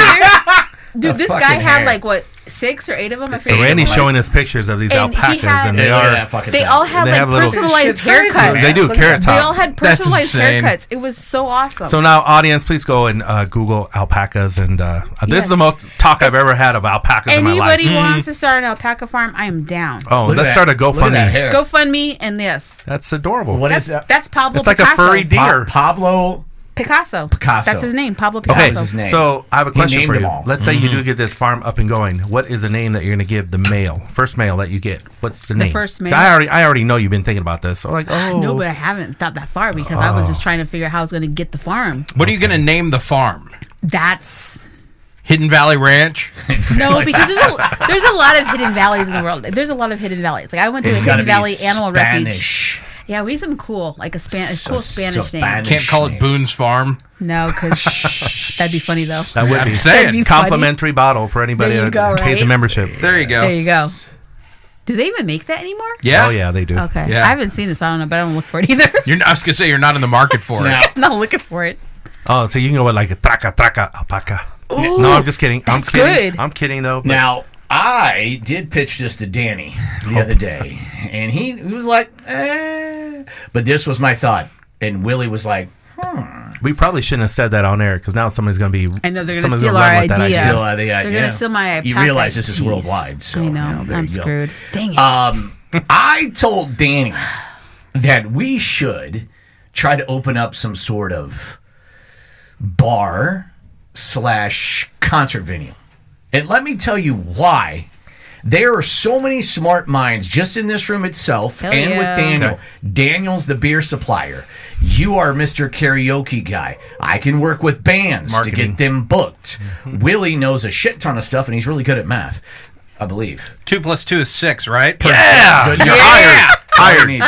there- dude, this guy fucking had hair. like what six or eight of them. I So forget. Randy's showing us pictures of these And he alpacas, had- and They they look at are that fucking They thing. all have They like have little- personalized Shit's crazy, haircuts. man. they do Look at carrot They top. all had That's personalized insane. haircuts. It was so awesome. So now, audience, please go and uh, Google alpacas, and uh, this Yes. is the most talk I've ever had of alpacas in my life. anybody wants to start an alpaca farm, I am down. Oh, Look at let's that- start a look at that GoFundMe. hair. GoFundMe and this. That's adorable. What That's, is that? that's Pablo It's like a Picasso. furry deer. Pa- Pablo. Picasso. Picasso. That's his name, Pablo Okay, Picasso. was his name. so I have a He question named for them you. all. Let's say Mm-hmm. you do get this farm up and going. What is the name that you're going to give the male, first male that you get? What's the, name? first 'Cause male? I already, I already know you've been thinking about this. So like, oh, No, but I haven't thought that far because I was Oh. just trying to figure out how I was going to get the farm. What are you going to name the farm? That's Hidden Valley Ranch? no, because there's a, there's a lot of hidden valleys in the world. There's a lot of hidden valleys. Like I went to It's a got to hidden be valley animal refuge. Spanish. Yeah, we need some cool, like a Spanish, So cool Spanish name. Spanish. Can't call it name. Boone's Farm. No, because that'd be funny though. that would I'm be saying. be- complimentary bottle for anybody There you that go, pays a right? membership. there you go. There you go. Do they even make that anymore? Yeah. Oh yeah, they do. Okay. Yeah. I haven't seen it, so I don't know, but I don't look for it either. You're, not- I was going to say, you're not in the market for it. Now, I'm not looking for it. Oh, so you can go with like a traca traca alpaca. no, I'm just kidding. I'm that's kidding. good. I'm kidding though. but- Now, I did pitch this to Danny the other day, and he, he was like, eh. But this was my thought. And Willie was like, We probably shouldn't have said that on air because now somebody's going to be. I know they're gonna someone's steal run our with that idea. still uh, the idea. They're gonna steal my. You packet. realize this is Jeez. worldwide, so. I you know. there I'm you go. screwed. Dang it. Um, I told Danny that we should try to open up some sort of bar slash concert venue. And let me tell you why. There are so many smart minds just in this room itself Hell and yeah. with Daniel. Daniel's the beer supplier. You are Mr. Karaoke guy. I can work with bands to Marketing. get them booked. Willie knows a shit ton of stuff and he's really good at math, I believe. Two plus two is six, right? Yeah, Good you're job. hired. All we Hired. need.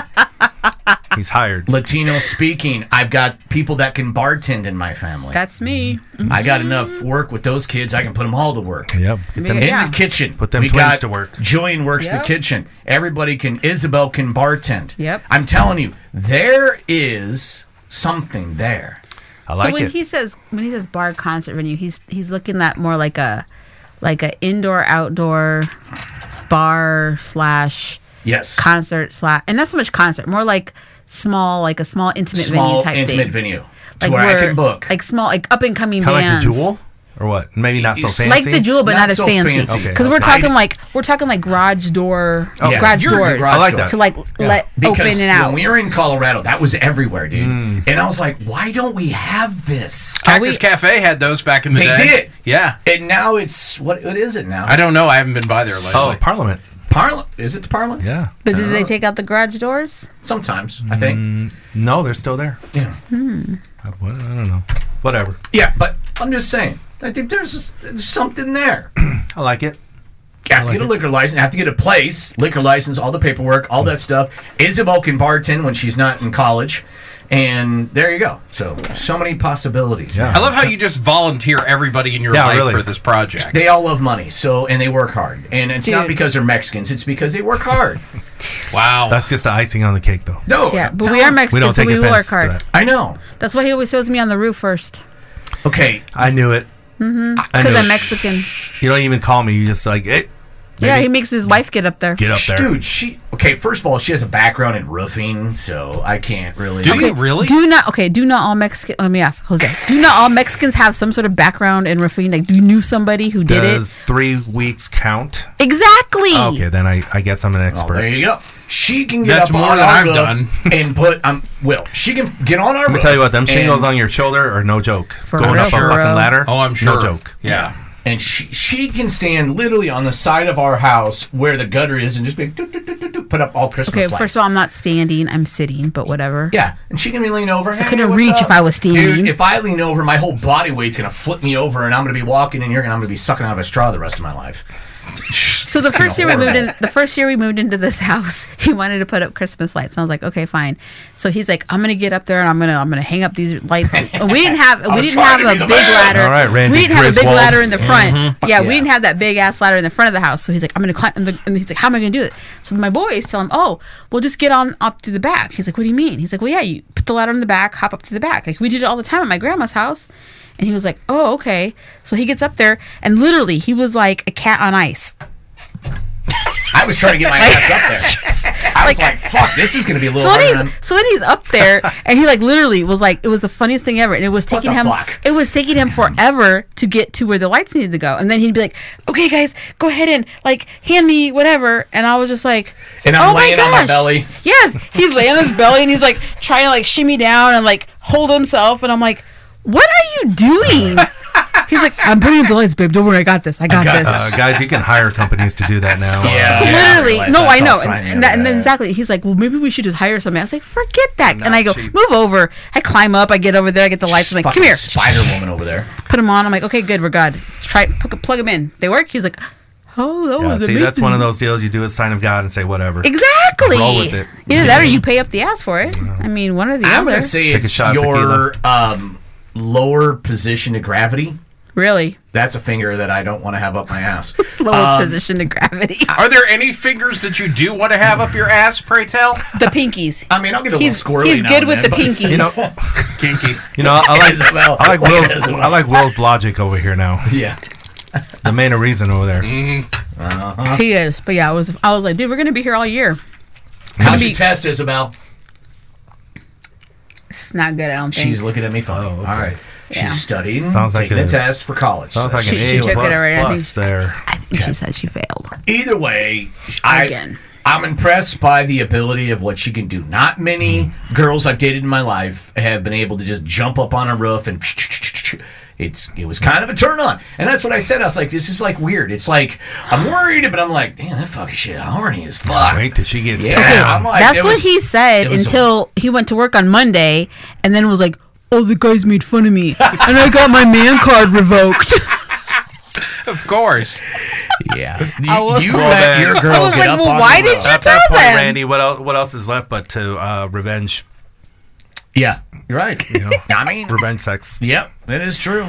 He's hired. Latino speaking. I've got people that can bartend in my family. That's me. I got enough work with those kids. I can put them all to work. Yep. Get them- In Yeah. the kitchen. Put them we twins got to work. Julian works Yep. the kitchen. Everybody can. Isabel can bartend. Yep. I'm telling you, there is something there. I like so when it. he says when he says bar concert venue, he's he's looking at more like a like a indoor outdoor bar slash Yes. concert slash and not so much concert, more like small like a small intimate Small venue type intimate thing. venue. To where, I can book. like small like up and coming kind of like bands. the jewel or what? Maybe not so It's fancy. Like the jewel, but Not not, as so fancy. fancy. Oh, Because Okay, we're okay. talking like we're talking like garage door, yeah. garage You're the doors. garage I like door. that. to like let because open and out. when we were in Colorado, that was everywhere, dude. Mm. And I was like, why don't we have this? Cactus we- Cafe had those back in the They day. did. Yeah. And now it's what? What is it now? I don't know. I haven't been by there lately. oh, Parliament. Parliament. Is it the Parliament? Yeah. But Uh-huh. did they take out the garage doors? Sometimes I think. Mm. No, they're still there. Yeah. I, well, I don't know. Whatever. Yeah, but I'm just saying. I think there's, there's something there. You I like it. have to like get a it. liquor license. Have to get a place, liquor license, all the paperwork, all that stuff. Isabel can bartend when she's not in college, and there you go. So so many possibilities. Yeah. I love how you just volunteer everybody in your Yeah, life really. for this project. They all love money, so and they work hard, and it's not Dude. because they're Mexicans. It's because they work hard. wow. That's just the icing on the cake, though. No, Yeah, I'm but we telling are you. We Mexican, don't so take we work offense to hard. that. I know. That's why he always throws me on the roof first. Okay, I knew it. Mm-hmm. I knew Because it. I'm Mexican. You don't even call me. You just like, hey, Yeah, Maybe- he makes his wife get up there. get up there. dude. She okay. First of all, she has a background in roofing, so I can't really. Do you really? Do not okay. Do not all Mexican. Let me ask Jose. Do not all Mexicans have some sort of background in roofing? Like, you knew somebody who did Does three weeks count? it? Exactly. Okay, then I, I guess Oh, I'm an expert. Well, there you go. She can get That's up on more than our I've roof done. and put. Um, well, she can get on our. Let me roof tell you what, them shingles and, on your shoulder are no joke. For Going real, up for a fucking real. ladder. oh, I'm sure. No joke. Yeah. And she she can stand literally on the side of our house where the gutter is and just be do, do, do, do, do, put up all Christmas Okay. lights. First of all, I'm not standing. I'm sitting. But whatever. yeah, and she can be lean over. I couldn't reach if I was standing. Dude, if I lean over, my whole body weight's gonna flip me over, and I'm gonna be walking, and you're gonna I'm gonna be sucking out of a straw the rest of my life. So the first year we Kinda moved in, horrible. the first year we moved into this house, he wanted to put up Christmas lights, and I was like, okay, fine. So he's like, I'm gonna get up there and I'm gonna I'm gonna hang up these lights. And we didn't have we was didn't trying have to be a the big man. ladder. All right, Randy Mm-hmm. we didn't have a big Griswold. ladder in the front. Yeah, we yeah. didn't have that big ass ladder in the front of the house. So he's like, I'm gonna climb. And, the, and he's like, how am I gonna do it? So my boys tell him, oh, well, just get on up to the back. He's like, what do you mean? He's like, well, yeah, you put the ladder in the back, hop up to the back. Like we did it all the time at my grandma's house. And he was like, oh, okay. So he gets up there, and literally, he was like a cat on ice. I was trying to get my ass up there. I was like, fuck, this is going to be a little So harder then, than he's, so then he's up there, and he like literally was like, it was the funniest thing ever, and it was taking the him, fuck? it was taking him forever to get to where the lights needed to go, and then he'd be like, okay, guys, go ahead and like hand me whatever, and I was just like, And I'm "Oh my laying on my gosh." belly. Yes, he's laying on his belly, and he's like trying to like shimmy down and like hold himself, and I'm like, what are you doing? He's like, I'm putting up the lights, babe. Don't worry, I got this. I got, got this. Uh, guys, you can hire companies to do that now. Yeah. Uh, So literally, I realized no, I I saw a know, sign and, and, the other that, and then day. exactly, he's like, "Well, maybe we should just hire somebody." I was like, "Forget that!" and I go, cheap. "Move over." I climb up, I get over there, I get the lights. I'm like, "Come here, Spider Woman over there. put them on." I'm like, "Okay, good, we're good." Let's try plug, plug them in. They work. He's like, "Oh, that yeah, was see, amazing." that's one of those deals you do a sign of God and say whatever. exactly. Roll with it. Either that or you pay up the ass for it. I mean, one or the I'm going other. to say Take a it's shot of your um, lower position to gravity. really, That's a finger that I don't want to have up my ass. lower Um, position to gravity. Are there any fingers that you do want to have up your ass, pray tell? the pinkies. I mean, I'll get a He's, little squirrely. he's now good and with the then, but- pinkies. You know, Kinky. you know, I like, Isabel. I like Will's, Isabel. I like Will's logic over here now. Yeah. The main reason over there. Mm-hmm. uh, he is, but yeah, I was, I was like, dude, we're gonna be here all year. How's gonna your be- test, Isabel? It's not good. I don't think. She's looking at me funny. All right. Yeah. She's studying, Oh, Sounds like taking a- a test for college. Sounds So like an She- she A took it plus, already, I plus there. I think she said she failed. either way, I, Again. I'm impressed by the ability of what she can do. Not many girls I've dated in my life have been able to just jump up on a roof and it's it was kind of a turn on. And that's what I said. I was like, this is like weird. It's like I'm worried, but I'm like, damn, that fucking shit horny as fuck. Wait till she gets Yeah, down. I'm like, That's it what was- he said it was a- until he went to work on Monday and then was like, Oh, the guys made fun of me. And I got my man card revoked. Of course. Yeah. I was you like- let your I girl was get like, up well, on why the did roof. you- At that Tell point, them. Randy, what else, what else is left but to uh, revenge? Yeah, you're right. I mean, Revenge sex. yep, that is true.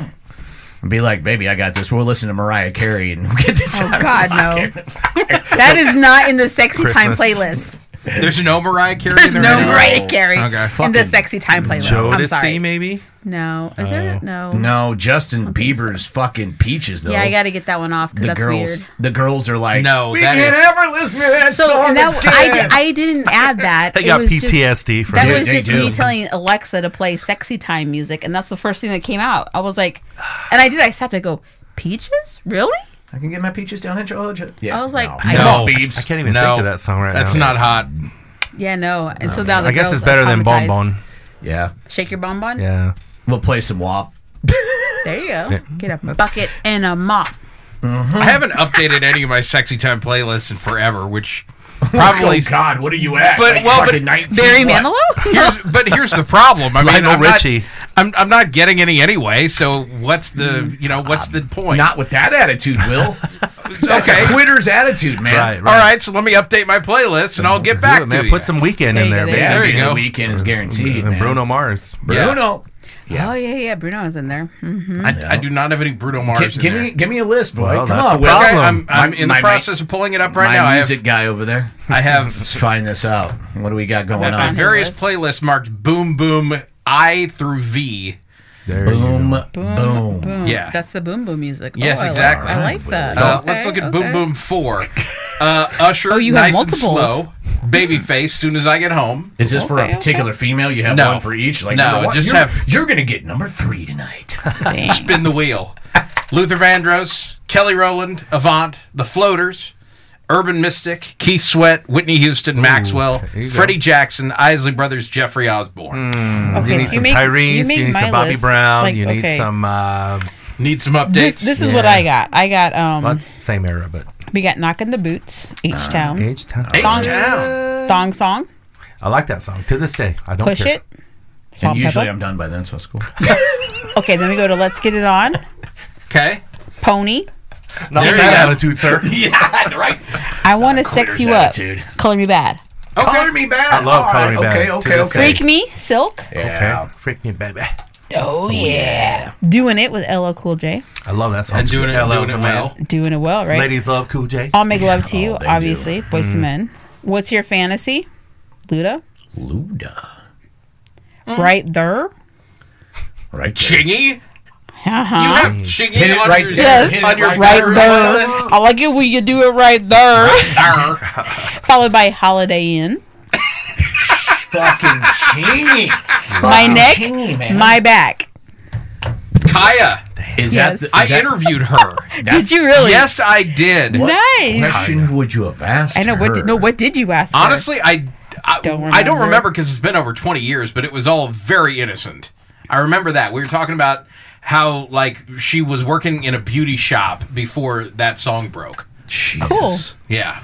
And Be like, baby, I got this. We'll listen to Mariah Carey and we'll get this. out of Oh, God, the no. that is not in the sexy time Christmas. playlist. There's no Mariah Carey There's in no there anymore? Mariah Carey Okay. in the sexy time playlist. I'm sorry. Jodeci, maybe? No. Is there? No. No, Justin Bieber's fucking peaches though. Yeah, I got to get that one off because the that's girls. weird. The girls are like, No, we that can is- never listen to that So song and that, I, again." di- I didn't add that. They It got was just- PTSD from That it. was they just do. me telling Alexa to play sexy time music, and that's the first thing that came out. I was like, and I did. I stopped. I go, peaches? Really? I can get my peaches down in Georgia. Yeah, I was like, no. I- Come on, No. Biebs. I can't even No. think of that song right That's now. not hot. Yeah, no. And so now the I guess girls it's are better than Bon traumatized. Bon. Yeah, Shake your bonbon. Yeah. we'll play some WAP. There you go. Get a bucket and a mop. I haven't updated any of my sexy time playlists in forever, which probably. oh God, what are you at? But- Like well, but- fucking 19, Barry what? Manilow. Here's, but here's the problem. I mean, Lionel I'm not- Richie. I'm, I'm not getting any anyway. So what's the Mm. you know what's the point? Not with that attitude, Will. That's Okay. a quitter's attitude, man. Right, right. All right, so let me update my playlist and I'll get Let's do back it, to man. you. Put some weekend in There you go, there, baby. there Yeah, There you beginning of go. The weekend is guaranteed, And man. Bruno Mars. Yeah. Bruno. Oh yeah, yeah. Bruno is in there. Mhm. I, I do not have any Bruno Mars. Give, in give there. me, give me a list, boy. Well, Come that's on, a Will. Okay, problem. I'm, I'm My- in my- the process of pulling it up right my now. I have, music guy over there. I have Let's find this out. What do we got going That's my fine. on? various list. playlists marked boom boom I through V. There you go. Boom, boom, Boom, boom. Yeah. That's the boom boom music. Oh, Yes, I like- exactly. I like that. So Oh. Okay, let's look at okay. Boom Boom Four. Uh, Usher, Oh, you have nice multiples. and slow. Babyface, soon as I get home. Is this for a Okay, particular female? You have No. one for each. Like No, number one? just you're, have- You're gonna get number three tonight. Spin the wheel. Luther Vandross, Kelly Rowland, Avant, The Floaters, Urban Mystic, Keith Sweat, Whitney Houston, Maxwell, there you go. Freddie Jackson, Isley Brothers, Jeffrey Osborne. Mm. Okay, You need so some make- you Tyrese. make You, need my some Bobby list. Brown. Like, you need okay. some. Uh, Need some updates. This, this is what Yeah. I got. I got um. well, it's same era, but We got Knock in the Boots, H Town, Uh, H Town. Thong, H-Town. Thong Song, I like that song to this day. I don't Push care. It, Salt and and usually Pepper. I'm done by then, so it's cool. Okay, then we go to Let's Get It On, Okay. Pony, Not with There you that go. attitude, sir. yeah, right. I want to sex quitter's you up. attitude. Color me bad. Okay. Color me bad. I love All Color right, Me Bad, Okay, to okay, this okay. Freak me, Silk. Yeah. Okay, freak me, baby. Oh yeah. Doing it with LL Cool J. I love that song. And doing it, and LL's doing it a man. well. Doing it well, right? Ladies love Cool J. Um, I'll make love to you, oh, they do. obviously. Boys to men. What's your fantasy? Luda. Luda. Right there. Right. there. Chingy? You Uh-huh. have Chingy Hit it on right your, there. Yes. on your Hit it Right bedroom there. list? Er, I like it when you do it right there. Arr. Followed by Holiday Inn. Fucking chingy. My Fucking neck, chingy, man. my back. Kaya. Is Yes. that? The, I is that interviewed her. that's- Did you really? yes, I did. Nice. question would you have asked? I know what. her? Did, no, what did you ask? her? Honestly, I I Don't don't, I don't remember. remember because it's been over 20 years, but it was all very innocent. I remember that. We were talking about how like she was working in a beauty shop before that song broke. Jesus. Cool. Yeah.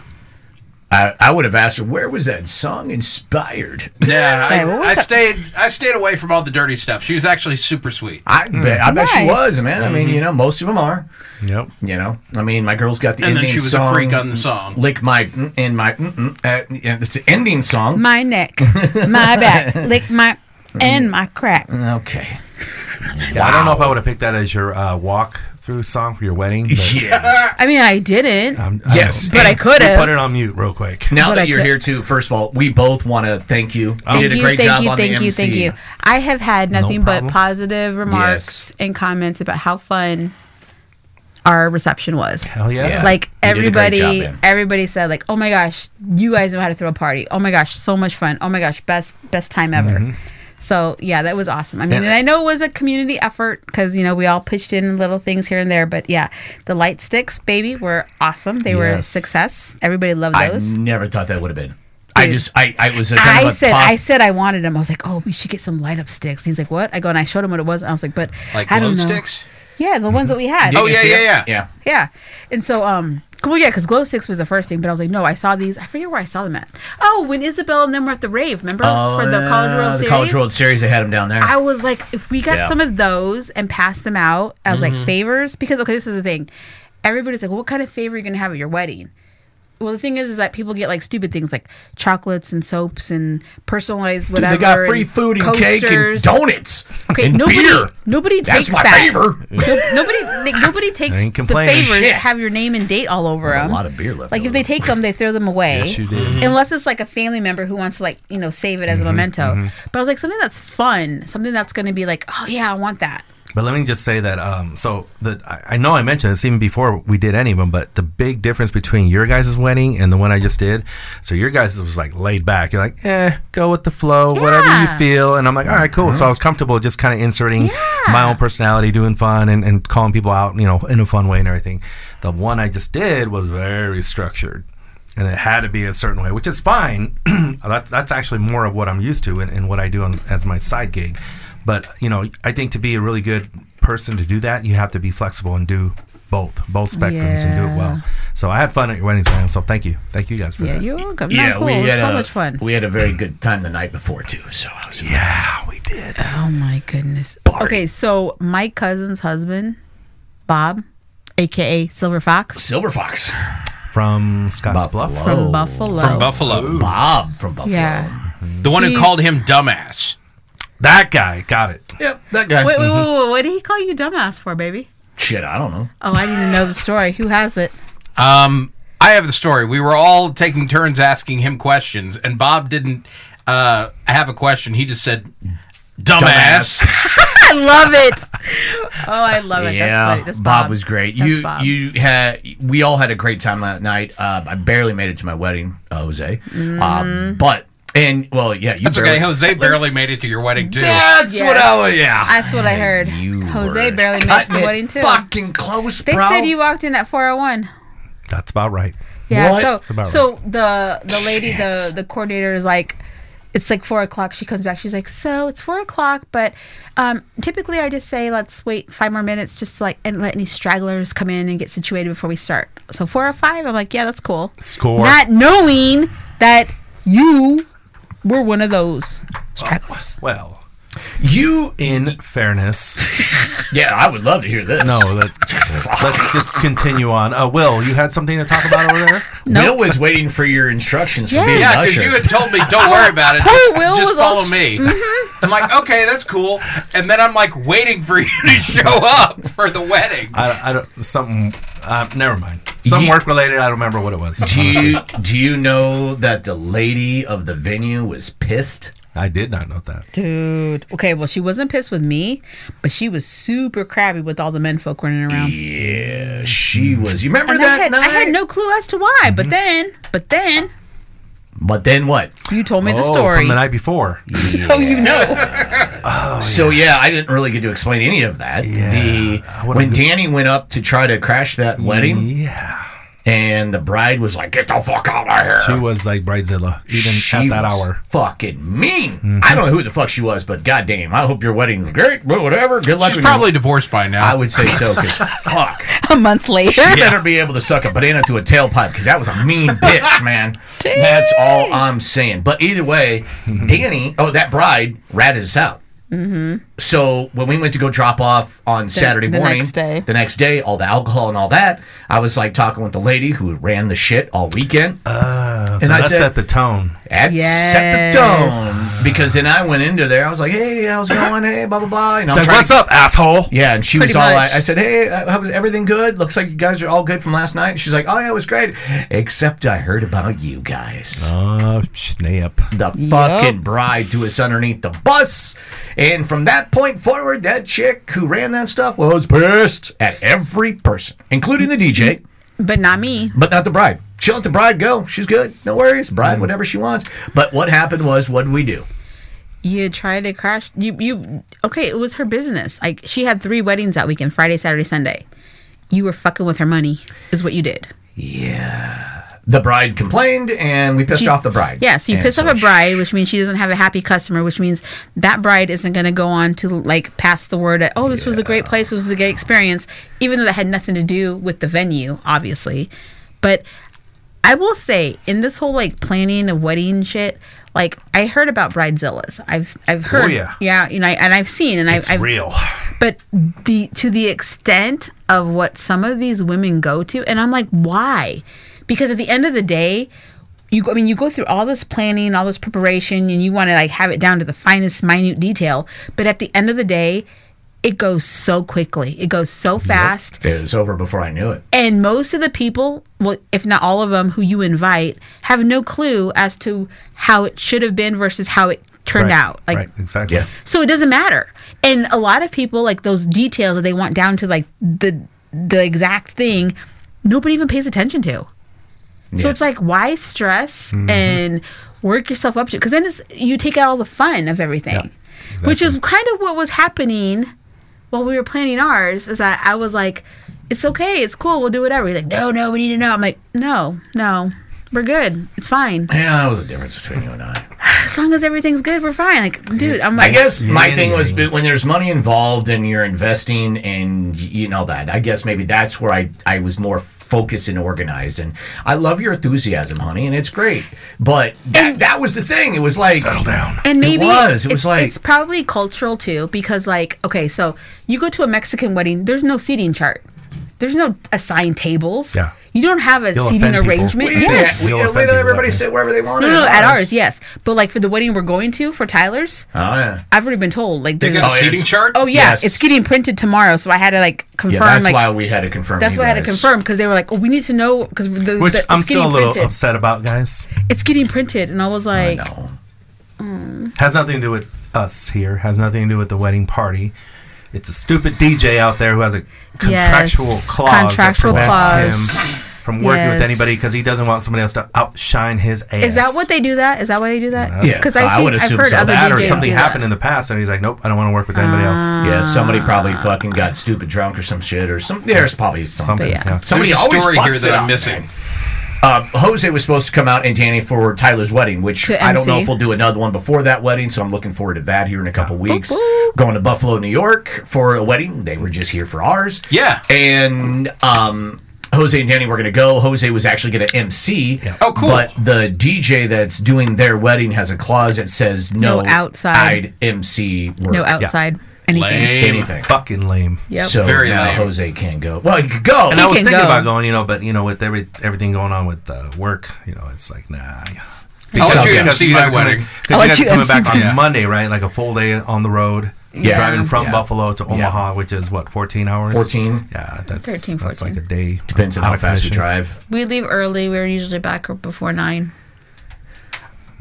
I, I would have asked her where was that song inspired. Yeah, Hey, what was I, I that? stayed. I stayed away from all the dirty stuff. She was actually super sweet. I bet. I bet she Mm. Nice. was, man. I Mm-hmm. mean, you know, most of them are. Yep. You know, I mean, my girl's got the And then ending she was song, a freak on the song. lick my mm, and my mm, mm, uh, yeah, it's the ending song. my neck, my back, lick my and my crack. okay. Yeah, I don't know if I would have picked that as your uh, walk through song for your wedding. But Yeah. I mean, I didn't. I'm- yes. But I Um, we could've. Put it on mute real quick. Now But that I you're could- here too, first of all, we both want to thank you. Oh, you did a great job on the MC. thank you. I have had nothing but problem. positive remarks Yes. and comments about how fun our reception was. Hell yeah. Yeah. Like You did a great everybody, job, man. everybody said like, "Oh my gosh, you guys know how to throw a party! Oh my gosh, so much fun! Oh my gosh, best best time ever!" Mm-hmm. So yeah, that was awesome. I mean, And- and, I know it was a community effort because you know we all pitched in little things here and there, but yeah, the light sticks, baby, were awesome. They were a Yes. success. Everybody loved I those. never thought that would have been. I Dude. just, I, I was a kind I of a said, pos- I said I wanted them. I was like, oh, we should get some light up sticks. And he's like, what? I go and I showed him what it was. I was like, but Like I glow don't know. sticks. Yeah, the ones that we had. Oh, Mm-hmm. You yeah, see yeah, it? yeah. yeah. yeah. And so, um, well, yeah, because glow sticks was the first thing. But I was like, no, I saw these. I forget where I saw them at. Oh, when Isabel and them were at the rave, remember Oh, for the College yeah, World the Series. College World Series, they had them down there. I was like, if we got Yeah. some of those and passed them out as Mm-hmm. like favors, because okay, this is the thing. Everybody's like, what kind of favor are you gonna have at your wedding? Well, the thing is, is that people get like stupid things like chocolates and soaps and personalized whatever. they got free food and cake and coasters. donuts Okay, and nobody, beer. nobody That's takes my that. favor. No- nobody, like, nobody takes the complaining. favors Shit. that have your name and date all over Got a them. lot of Mm-hmm. beer left Like if over. they take them, they throw them away. Yes, you did. Unless it's like a family member who wants to like you know save it as Mm-hmm, a memento. But I was like something that's fun, something that's going to be like, oh yeah, I want that. But let me just say that. Um, so the I, I know I mentioned this even before we did any of them, but the big difference between your guys' wedding and the one I just did. So your guys' was like laid back. You're like, eh, go with the flow, whatever you Yeah. feel. And I'm like, all right, cool. So I was comfortable just kind of inserting my own personality, doing fun and, and calling people out, you know, in a fun way and everything. The one I just did was very structured. And it had to be a certain way, which is fine. that's, that's actually more of what I'm used to and, and what I do on, as my side gig but you know i think to be a really good person to do that you have to be flexible and do both both spectrums and do it well Yeah. so i had fun at your wedding man so thank you thank you guys for Yeah, that you're welcome. Yeah, no, cool. we It was had so a, much fun. We had a very good time the night before too. So I was yeah we did Oh my goodness. Okay, so my cousin's husband, Bob, aka Silver Fox Silver Fox from scott's bluff Buffalo. from Oh. Buffalo. From Buffalo. Bob from Buffalo. Yeah. The one who He's- called him dumbass. that guy got it Yep, that guy. Wait, wait, wait, wait, what did he call you dumbass for, baby? Shit, I don't know. Oh, I didn't even know the story. Who has it? Um, I have the story. We were all taking turns asking him questions, and Bob didn't uh, have a question. He just said, "Dumbass." I love it. Oh, I love it. That's funny. That's Bob. was great. That's you Bob. you had we all had a great time that night. Uh, I barely made it to my wedding, uh, Jose. Mm-hmm. Um, but and well, yeah, you That's okay. barely- Jose barely made it to your wedding too. That's Yes. what I yeah. That's what I heard. You Jose were barely made it to cutting the wedding too. Fucking close, They bro. said you walked in at 401. that's about right Yeah. What? So That's about so the the lady the the coordinator is like. It's like four o'clock. She comes back. She's like, "So it's four o'clock, but um, typically I just say let's wait five more minutes, just to like and let any stragglers come in and get situated before we start." So four or five, I'm like, "Yeah, that's cool." score Not knowing that you were one of those stragglers. well You In fairness, yeah, I would love to hear this. no. Let, let's just continue on. Uh, Will, you had something to talk about over there? Will was waiting for your instructions for Yeah. being Yeah, an because usher. you had told me, don't worry about it. Poor Just, Will just was all follow s- Mm-hmm. me. I'm like, okay, that's cool. And then I'm like waiting for you to show up for the wedding. I, I don't. Something. Uh, never mind. Some Ye- work related. I don't remember what it was. do you do you know that the lady of the venue was pissed? I did not know that. Oh, Dude. Okay, well, she wasn't pissed with me, but she was super crabby with all the men folk running Um, around. Yeah, she Mm. was. You remember And I that had, night? I had no clue as to why, Mm-hmm. but then, but then But then what? you told me the Oh, story. from the night before. so you know. so yeah, I didn't really get to explain any of that. Yeah. The What a when good- Danny went up to try to crash that wedding, Yeah, and the bride was like, "Get the fuck out of here." she was like Bridezilla even She at that was hour. Mm-hmm. fucking mean. I don't know who the fuck she was, but goddamn, I hope your wedding was great. Well, whatever. Good luck. She's with your- probably divorced by now. I would say so because fuck, A month later. you better be able to suck a banana to a tailpipe because that was a mean bitch, man. That's all I'm saying. But either way, Danny, oh that bride ratted us out. So when we went to go drop off on Saturday Mm-hmm. the morning, next day. the next day, all the alcohol and all that, I was like talking with the lady who ran the shit all weekend. Uh, so And I that said- set the tone. That Yes. set the tone because then I went into there. I was like, "Hey, how's it going? Hey, blah blah blah." And I'm It's like, trying what's to- up, asshole? Yeah, and she was Pretty all much. like, "I said, hey, uh, how was everything good? Looks like you guys are all good from last night." And she's like, "Oh yeah, it was great, except I heard about you guys." Oh snap! The fucking bride threw us underneath the bus, and from that point forward, that chick who ran that stuff was pissed at every person, including the DJ, But not me. but not the bride. She let the bride go. She's good. No worries. Bride, whatever she wants. But what happened was, what did we do? You tried to crash. You you okay? It was her business. Like she had three weddings that weekend: Friday, Saturday, Sunday. You were fucking with her money, is what you did. the bride complained and we pissed She- off the bride. Yeah, so you And piss so off a bride, which means she doesn't have a happy customer, which means that bride isn't going to go on to like pass the word that oh, this was a great place, this was a great experience, even though that had nothing to do with the venue, obviously. But I will say, in this whole like planning of wedding shit, like I heard about bridezillas. I've I've Oh, heard, yeah. yeah, you know, and I've seen, and It's I've, I've real. but the to the extent of what some of these women go to and i'm like why because at the end of the day you go, i mean you go through all this planning all this preparation and you want to like have it down to the finest minute detail but at the end of the day it goes so quickly it goes so fast It was over before I knew it. and most of the people, well, if not all of them who you invite, have no clue as to how it should have been versus how it turned Right, out. Like right, exactly. Yeah. so it doesn't matter. And a lot of people like those details that they want down to like the the exact thing, nobody even pays attention to. So it's like why stress and work yourself up to because then it's you take out all the fun of everything. Which is kind of what was happening while we were planning ours is that I was like, it's okay, it's cool, we'll do whatever. He's like, no, no, we need to know. I'm like, no, no, we're good, it's fine. Yeah, that was the difference between you and I. As long as everything's good, we're fine. Like, dude, I'm I like, guess my Yeah, thing was yeah. when there's money involved and you're investing and y- you know that. I guess maybe that's where I, I was more focused and organized. And I love your enthusiasm, honey, and it's great. But that, that was the thing. It was like, Settle down. and maybe was, it was it's, like- it's probably cultural too because like, okay, so you go to a Mexican wedding, there's no seating chart. There's no assigned tables. Yeah. You don't have a You'll seating offend people. arrangement. We- Yes. we, We'll we offend let people everybody that way. sit wherever they wanted. No, no, at ours, yes. But like for the wedding we're going to for Tyler's, Oh, yeah. I've already been told like They there's. got Oh, a it seating is- chart? Oh yeah, Yes. it's getting printed tomorrow, so I had to like Yeah, confirm. that's like, why we had to confirm. That's you why I had to guys. confirm because they were like, "Oh, we need to know because the, Which the, it's I'm getting still a little printed. upset about, guys. It's getting printed," and I was like, No. Has nothing to do with us here. Has nothing to do with the wedding party. It's a stupid DJ out there who has a contractual Yes, clause contractual that prevents clause. him from working with Yes. anybody because he doesn't want somebody else to outshine his ass. "Is that what they do? That is that why they do that?" Yeah, because I I've, would seen, I've assume heard so. other that or DJs something do happened that. Ah, in the past and he's like, nope, I don't want to work with anybody else. Yeah, uh, somebody probably fucking got stupid drunk or some shit or some. There's probably something. Something. yeah. yeah. Somebody There's a always story fucks here it that up, I'm missing. man. Uh, Jose was supposed to come out and Danny for Tyler's wedding, which To I don't know MC. if we'll do another one before that wedding. So I'm looking forward to that here in a couple weeks. boop. Going to Buffalo, New York for a wedding. They were just here for ours. Yeah. and um, Jose and Danny were going to go. Jose was actually going to MC. Oh, cool. But the DJ that's doing their wedding has a clause that says no, No outside. I'd MC work. No outside anything. Lame. anything. Fucking lame. Yep. So Very now lame. Jose can't go. Well, he could go. And I was can thinking go. about going, you know, but you know, with every everything going on with uh, work, you know, it's like nah. I'll let you Because guys MC my are coming- wedding. Because you guys are you coming MC back on Yeah. Monday, right? Like a full day on the road. You're Yeah. driving from Yeah. Buffalo to Omaha, which is what, 14 hours? 14. Yeah, that's 13, that's 14. like a day. Depends on out how of fast you commission. drive. We leave early. We're usually back before nine.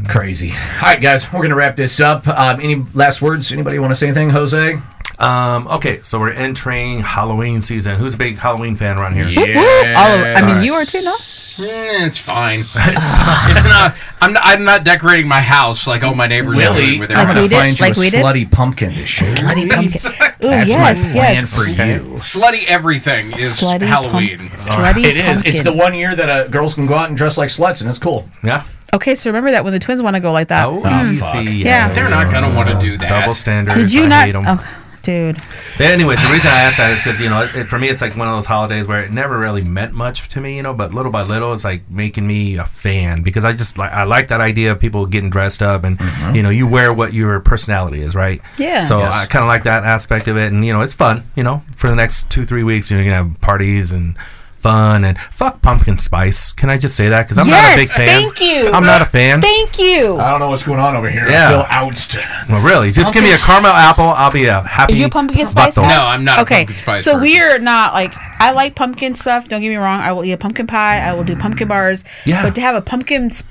Crazy. All right, guys, we're going to wrap this up. Um, any last words? Anybody want to say anything, Jose? Um, okay, so we're entering Halloween season. Who's a big Halloween fan around here? Yeah. Woo! All of, I mean, you are too, no? Eh, it's fine. it's not. I'm not. I'm not decorating my house like all my neighbors are doing with their Like I'm gonna we did? find you Like a we did? slutty pumpkin this year. Bloody pumpkin. Ooh, That's yes, my plan yes. for you. Slutty everything is Slutty Halloween. Pump- slutty It is. It's pumpkin. the one year that uh, girls can go out and dress like sluts, and it's cool. Yeah. Okay, so remember that when the twins want to go like that. easy. Oh, fuck. Yeah. They're not gonna want to do that. Double standards. Did you Oh, I not? hate 'em. Oh, dude. But anyways, the reason I asked that is because you know, it, it- for me, it's like one of those holidays where it never really meant much to me, you know. But little by little, it's like making me a fan because I just like I like that idea of people getting dressed up and Mm-hmm. you know, you wear what your personality is, right? Yeah. So Yes. I kind of like that aspect of it, and you know, it's fun. You know, for the next two three weeks, you're gonna have parties and. Fun and fuck pumpkin spice. Can I just say that? Because I'm not a Yes, big fan. thank you. I'm not a fan. Thank you. I don't know what's going on over here. Yeah. I feel outsed. well, really, just give me a caramel apple. I'll be a happy. Are you a pumpkin spice? vato. guy? No, I'm not a Okay, pumpkin spice so person. we are not like I like pumpkin stuff. Don't get me wrong. I will eat a pumpkin pie. I will do pumpkin bars. Yeah. But to have a pumpkin s-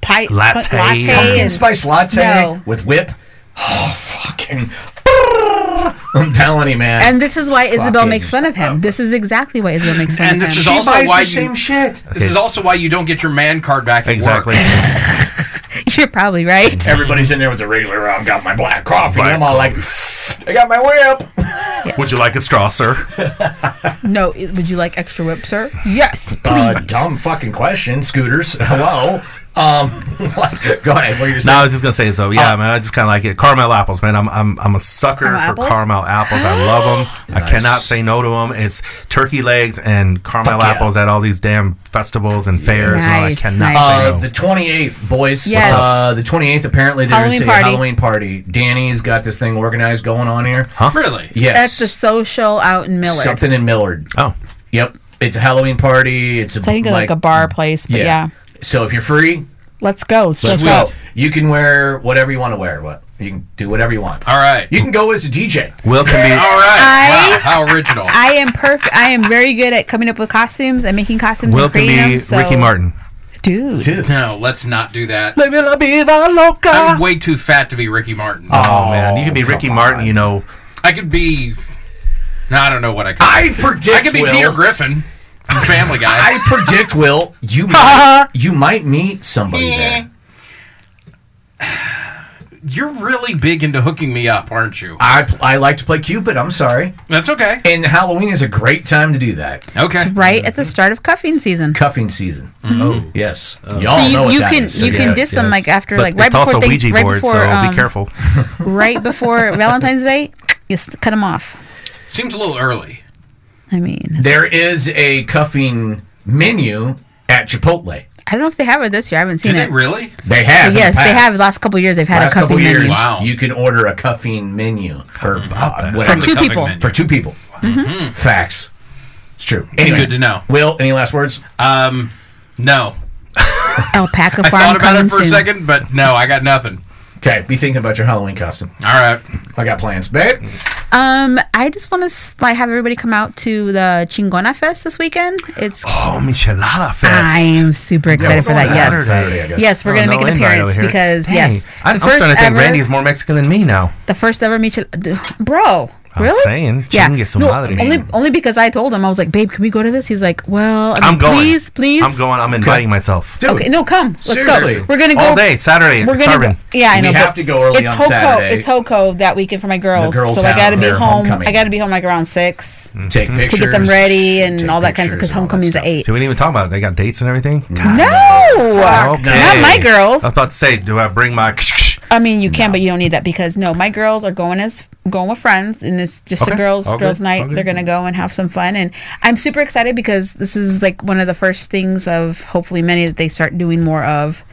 pie sp- Latte. latte Pumpkin Pumpkin and- spice latte No. with whip. Oh, fucking. I'm telling you, man. And this is why Isabel Fucking- makes fun of him. This is exactly why Isabel makes fun And of this him. is she also buys why the you- same shit. This is also why you don't get your man card back. At Exactly. Work. You're probably right. Everybody's in there with the regular. "Oh, I've got my black coffee. I'm all like, I got my whip. Would you like a straw, sir? No, i- would you like extra whip, sir? Yes, please. Uh, dumb fucking question, scooters. Hello. Um, go ahead. What are No, you I saying? was just gonna say so. Yeah, man, I just kind of like it. Caramel apples, man. I'm I'm, I'm a sucker Oh. Caramel for apples? caramel apples. I love them. I cannot say no to them. It's turkey legs and caramel Fuck yeah. apples at all these damn festivals and fairs. and all. Nice, I cannot nice. Uh, say the no. 28th, boys. Yes. Uh, the 28th, apparently, there's Halloween a party. Halloween party. Danny's got this thing organized going on here. Really? That's Yes. the social out in Miller. Something in Millard. Oh, Yep. It's a Halloween party. It's a, I think it's like, a bar place, but yeah. So if you're free, Let's go. Let's Let's go. go. you can wear whatever you want to wear. What you can do whatever you want. All right. You can go as a DJ. Will can All right. I- wow. How original. I am perfect. I am very good at coming up with costumes and making costumes be Will and can creating be them. So. Ricky Martin. dude. no, let's not do that. Living la vida loca. I'm way too fat to be Ricky Martin. oh man, you can be Ricky Martin. You know, I could be. No, I don't know what I could. I be. predict. I could be Will, Peter Griffin from Family Guy. I predict Will. You might, you might meet somebody there. You're really big into hooking me up, aren't you? I I like to play Cupid. I'm sorry. That's okay. And Halloween is a great time to do that. Okay. right at the start of cuffing season. Cuffing season. Oh yes, y'all Mm-hmm. So you- know what you that can- is. So you can yes. dis- them, like, after, like, right it's before also thing- Ouija right board, before, so um, be careful. right before Valentine's Day, you s- cut them off. Seems a little early. I mean, There is a cuffing menu at Chipotle. I don't know if they have it this year. I haven't seen Did it. it really? They have. in the yes, they past. have. The last couple of years, they've had Last a cuffing couple years, menu Wow. you can order a cuffing menu or uh, for whatever. two Mm-hmm. cuffing people. menu. for two people. Facts. It's true. Anyway, good to know. Will, any last words? Um, no. Alpaca I farm thought about coming it for soon. a second, but no, I got nothing. Okay, be thinking about your Halloween costume. All right. I got plans, babe. Um, I just want to like have everybody come out to the Chingona Fest this weekend. It's Oh, michelada fest. I'm super excited for that. Yes. Saturday, I guess. Yes, we're Oh, gonna no make an invite over appearance here. because Dang. yes, I'm, I'm the first starting to think ever, Randy's more Mexican than me now. the first ever Michelada, bro. I'm Really? saying, yeah. chingue su No, madre. only only because I told him I was like, babe, can we go to this? He's like, well, I mean, I'm going. Please, please. I'm going. I'm inviting myself. Dude, Okay, no, come. Let's Seriously. go. We're gonna go All day, Saturday. We're it's gonna. Arvin. yeah, I We know. have but to go early it's on Hoco, Saturday. It's Hoco that weekend for my girls, girls so I have got to be their home. homecoming. I got to be home like around six take pictures. to get them ready and take all that kind of stuff because pictures and all that homecoming's stuff. at eight. So we didn't even talk about it. They got Mm. dates and everything. God, No, okay. not my girls. I was about to say, do I bring my? I mean, you can, but you don't need that because no, my girls are going as going with friends, and it's just Okay. a girls All girls good. night. All good. They're gonna go and have some fun, and I'm super excited because this is like one of the first things of hopefully many that they start doing more of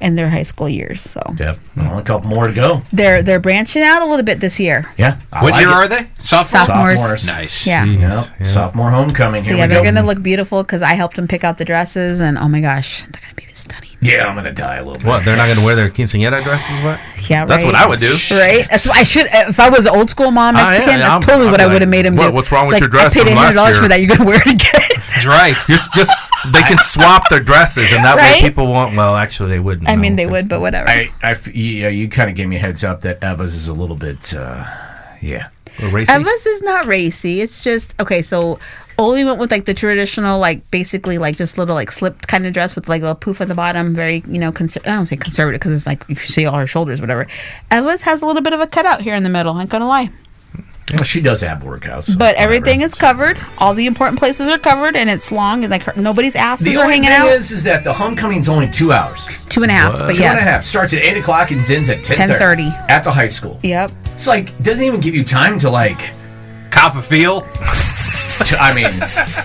in their high school years. So Yep. Well, a couple more to go. they're they're branching out a little bit this year. Yeah. I What like year it. are they? Sophomore. Sophomore. Sophomores. Nice. Yeah. Yep. Sophomore homecoming. So Here yeah, we they're go. Mm. gonna look beautiful because I helped them pick out the dresses, and oh my gosh, they're gonna be stunning. yeah, I'm gonna die a little bit. What? They're not going to wear their quinceañera dresses? What? Yeah, That's what right. I would do. Right? That's what I should. If I was an old school mom Ah, yeah, Mexican, yeah, that's I'm- totally I'd what be I would like, have made him "What- do. what's wrong It's with like, your dress I paid from last hundred dollars year?" for that. You're gonna wear it again. That's right. It's just they can swap their dresses, and that Right? way people won't. Well, actually, they wouldn't. I no, mean, they 'cause- would, but whatever. I, I f- yeah, you kind of gave me a heads up that Eva's is a little bit, uh, yeah. Well, racy? Eva's is not racy. It's just okay. So Oli went with like the traditional, like basically like just little like slipped kind of dress with like a little poof at the bottom. Very you know, conser- I don't say conservative because it's like you see all her shoulders, whatever. Eva's has a little bit of a cutout here in the middle. I'm not gonna lie, Well, she does have workouts, so but whatever. everything is covered. All the important places are covered, and it's long and like her, nobody's asses The are only thing hanging out. is, is that the homecoming's only two hours, two Two and a half, but and a half. yes. Starts at eight o'clock and ends at ten 10:30. at the high school. Yep. It's like doesn't even give you time to like. Cop a feel. to- I mean,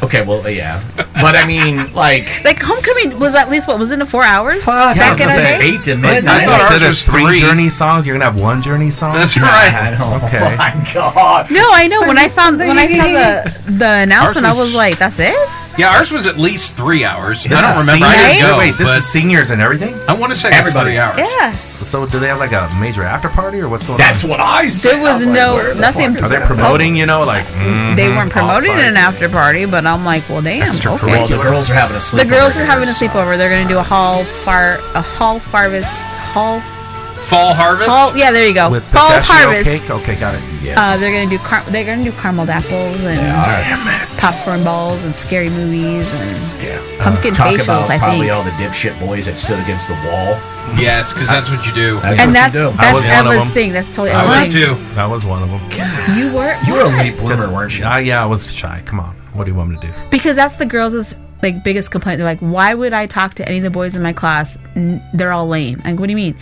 okay, well, uh, yeah, but I mean, like, Like homecoming was at least what was in the four hours back in yeah, it's our gonna day. say eight to I thought midnight. ours Instead of was three, three. journey songs, you're gonna have one journey song. That's I right. don't- Okay. Oh my god. No, I know. When I found when I saw the the announcement, Ours I was- was like, "That's it." Yeah, ours was at least three hours. This I is don't remember. I seniors? didn't go. Wait, wait, this but is seniors and everything. I want to say it was Everybody. three hours. Yeah, So, do they have like a major after party or what's going That's on? what I said. there I was like, no where the nothing. Mm-hmm. fuck Are is they that? Oh, promoting? You know, like mm, They weren't promoted in outside. an after party, but I'm like, "Well, damn." Okay. Well, the girls are having a sleep. The girls are having a sleepover. They're gonna do a hall far a hall harvest hall Fall harvest. hall. Yeah, there you go. with Fall pistachio harvest. cake? Okay, got it. Uh, they're gonna do car- they're gonna do carameled apples and Damn it. popcorn balls and scary movies and pumpkin Uh, Talk facials. about I probably think. all the dipshit boys that stood against the wall. Yes, because that's what you do. That's and what that's you do. I was that's one of Eva's them. thing. That's totally I was Eva's. too. That was one of them. You were you were a late bloomer, weren't you? Ah, yeah, I was shy. Come on, what do you want me to do? because that's the girls' like biggest complaint. They're like, "Why would I talk to any of the boys in my class? N- they're all lame." Like, what do you mean,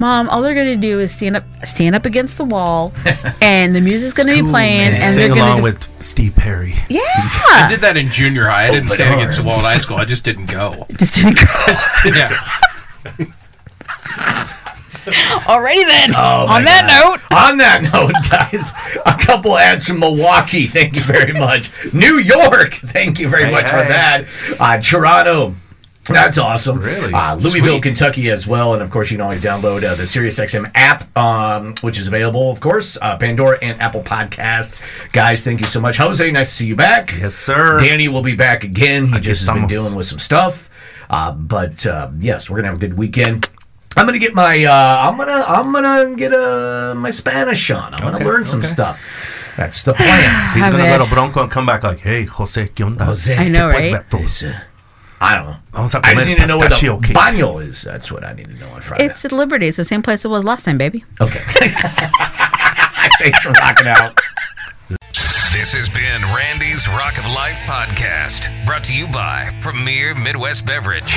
Mom? All they're gonna do is stand up, stand up against the wall, and the music's gonna be playing, and Sing they're along gonna just, with Steve Perry. I yeah, did that in junior high. I didn't Open stand against the wall in arms. high school. I just didn't go. just didn't go. Yeah. Alrighty then. Oh On that note, On that note, guys, a couple ads from Milwaukee. Thank you very much. New York. Thank you very Hey, much for hey. that. Uh, Toronto. That's awesome. Really? Uh, Louisville, Sweet. Kentucky, as well, and of course you can always download uh, the SiriusXM app, um, which is available, of course, uh, Pandora and Apple Podcast. Guys, thank you so much, Jose. Nice to see you back. Yes, sir. Danny will be back again. He just has been estamos. dealing with some stuff, uh, but uh, yes, we're gonna have a good weekend. I'm gonna get my uh, I'm gonna I'm gonna get uh, my Spanish on. I'm gonna Okay, learn some okay. stuff. That's the plan. He's Have gonna it. go to Bronco and come back like, hey, Jose, ¿qué onda? Jose, I know, right? is, uh, I don't know. Vamos a I just comer need to know where the pistachio cake. baño is. That's what I need to know on Friday. it's at Liberty. It's the same place it was last time, baby. Okay. Thanks for rocking out. This has been Randy's Rock of Life podcast, brought to you by Premier Midwest Beverage.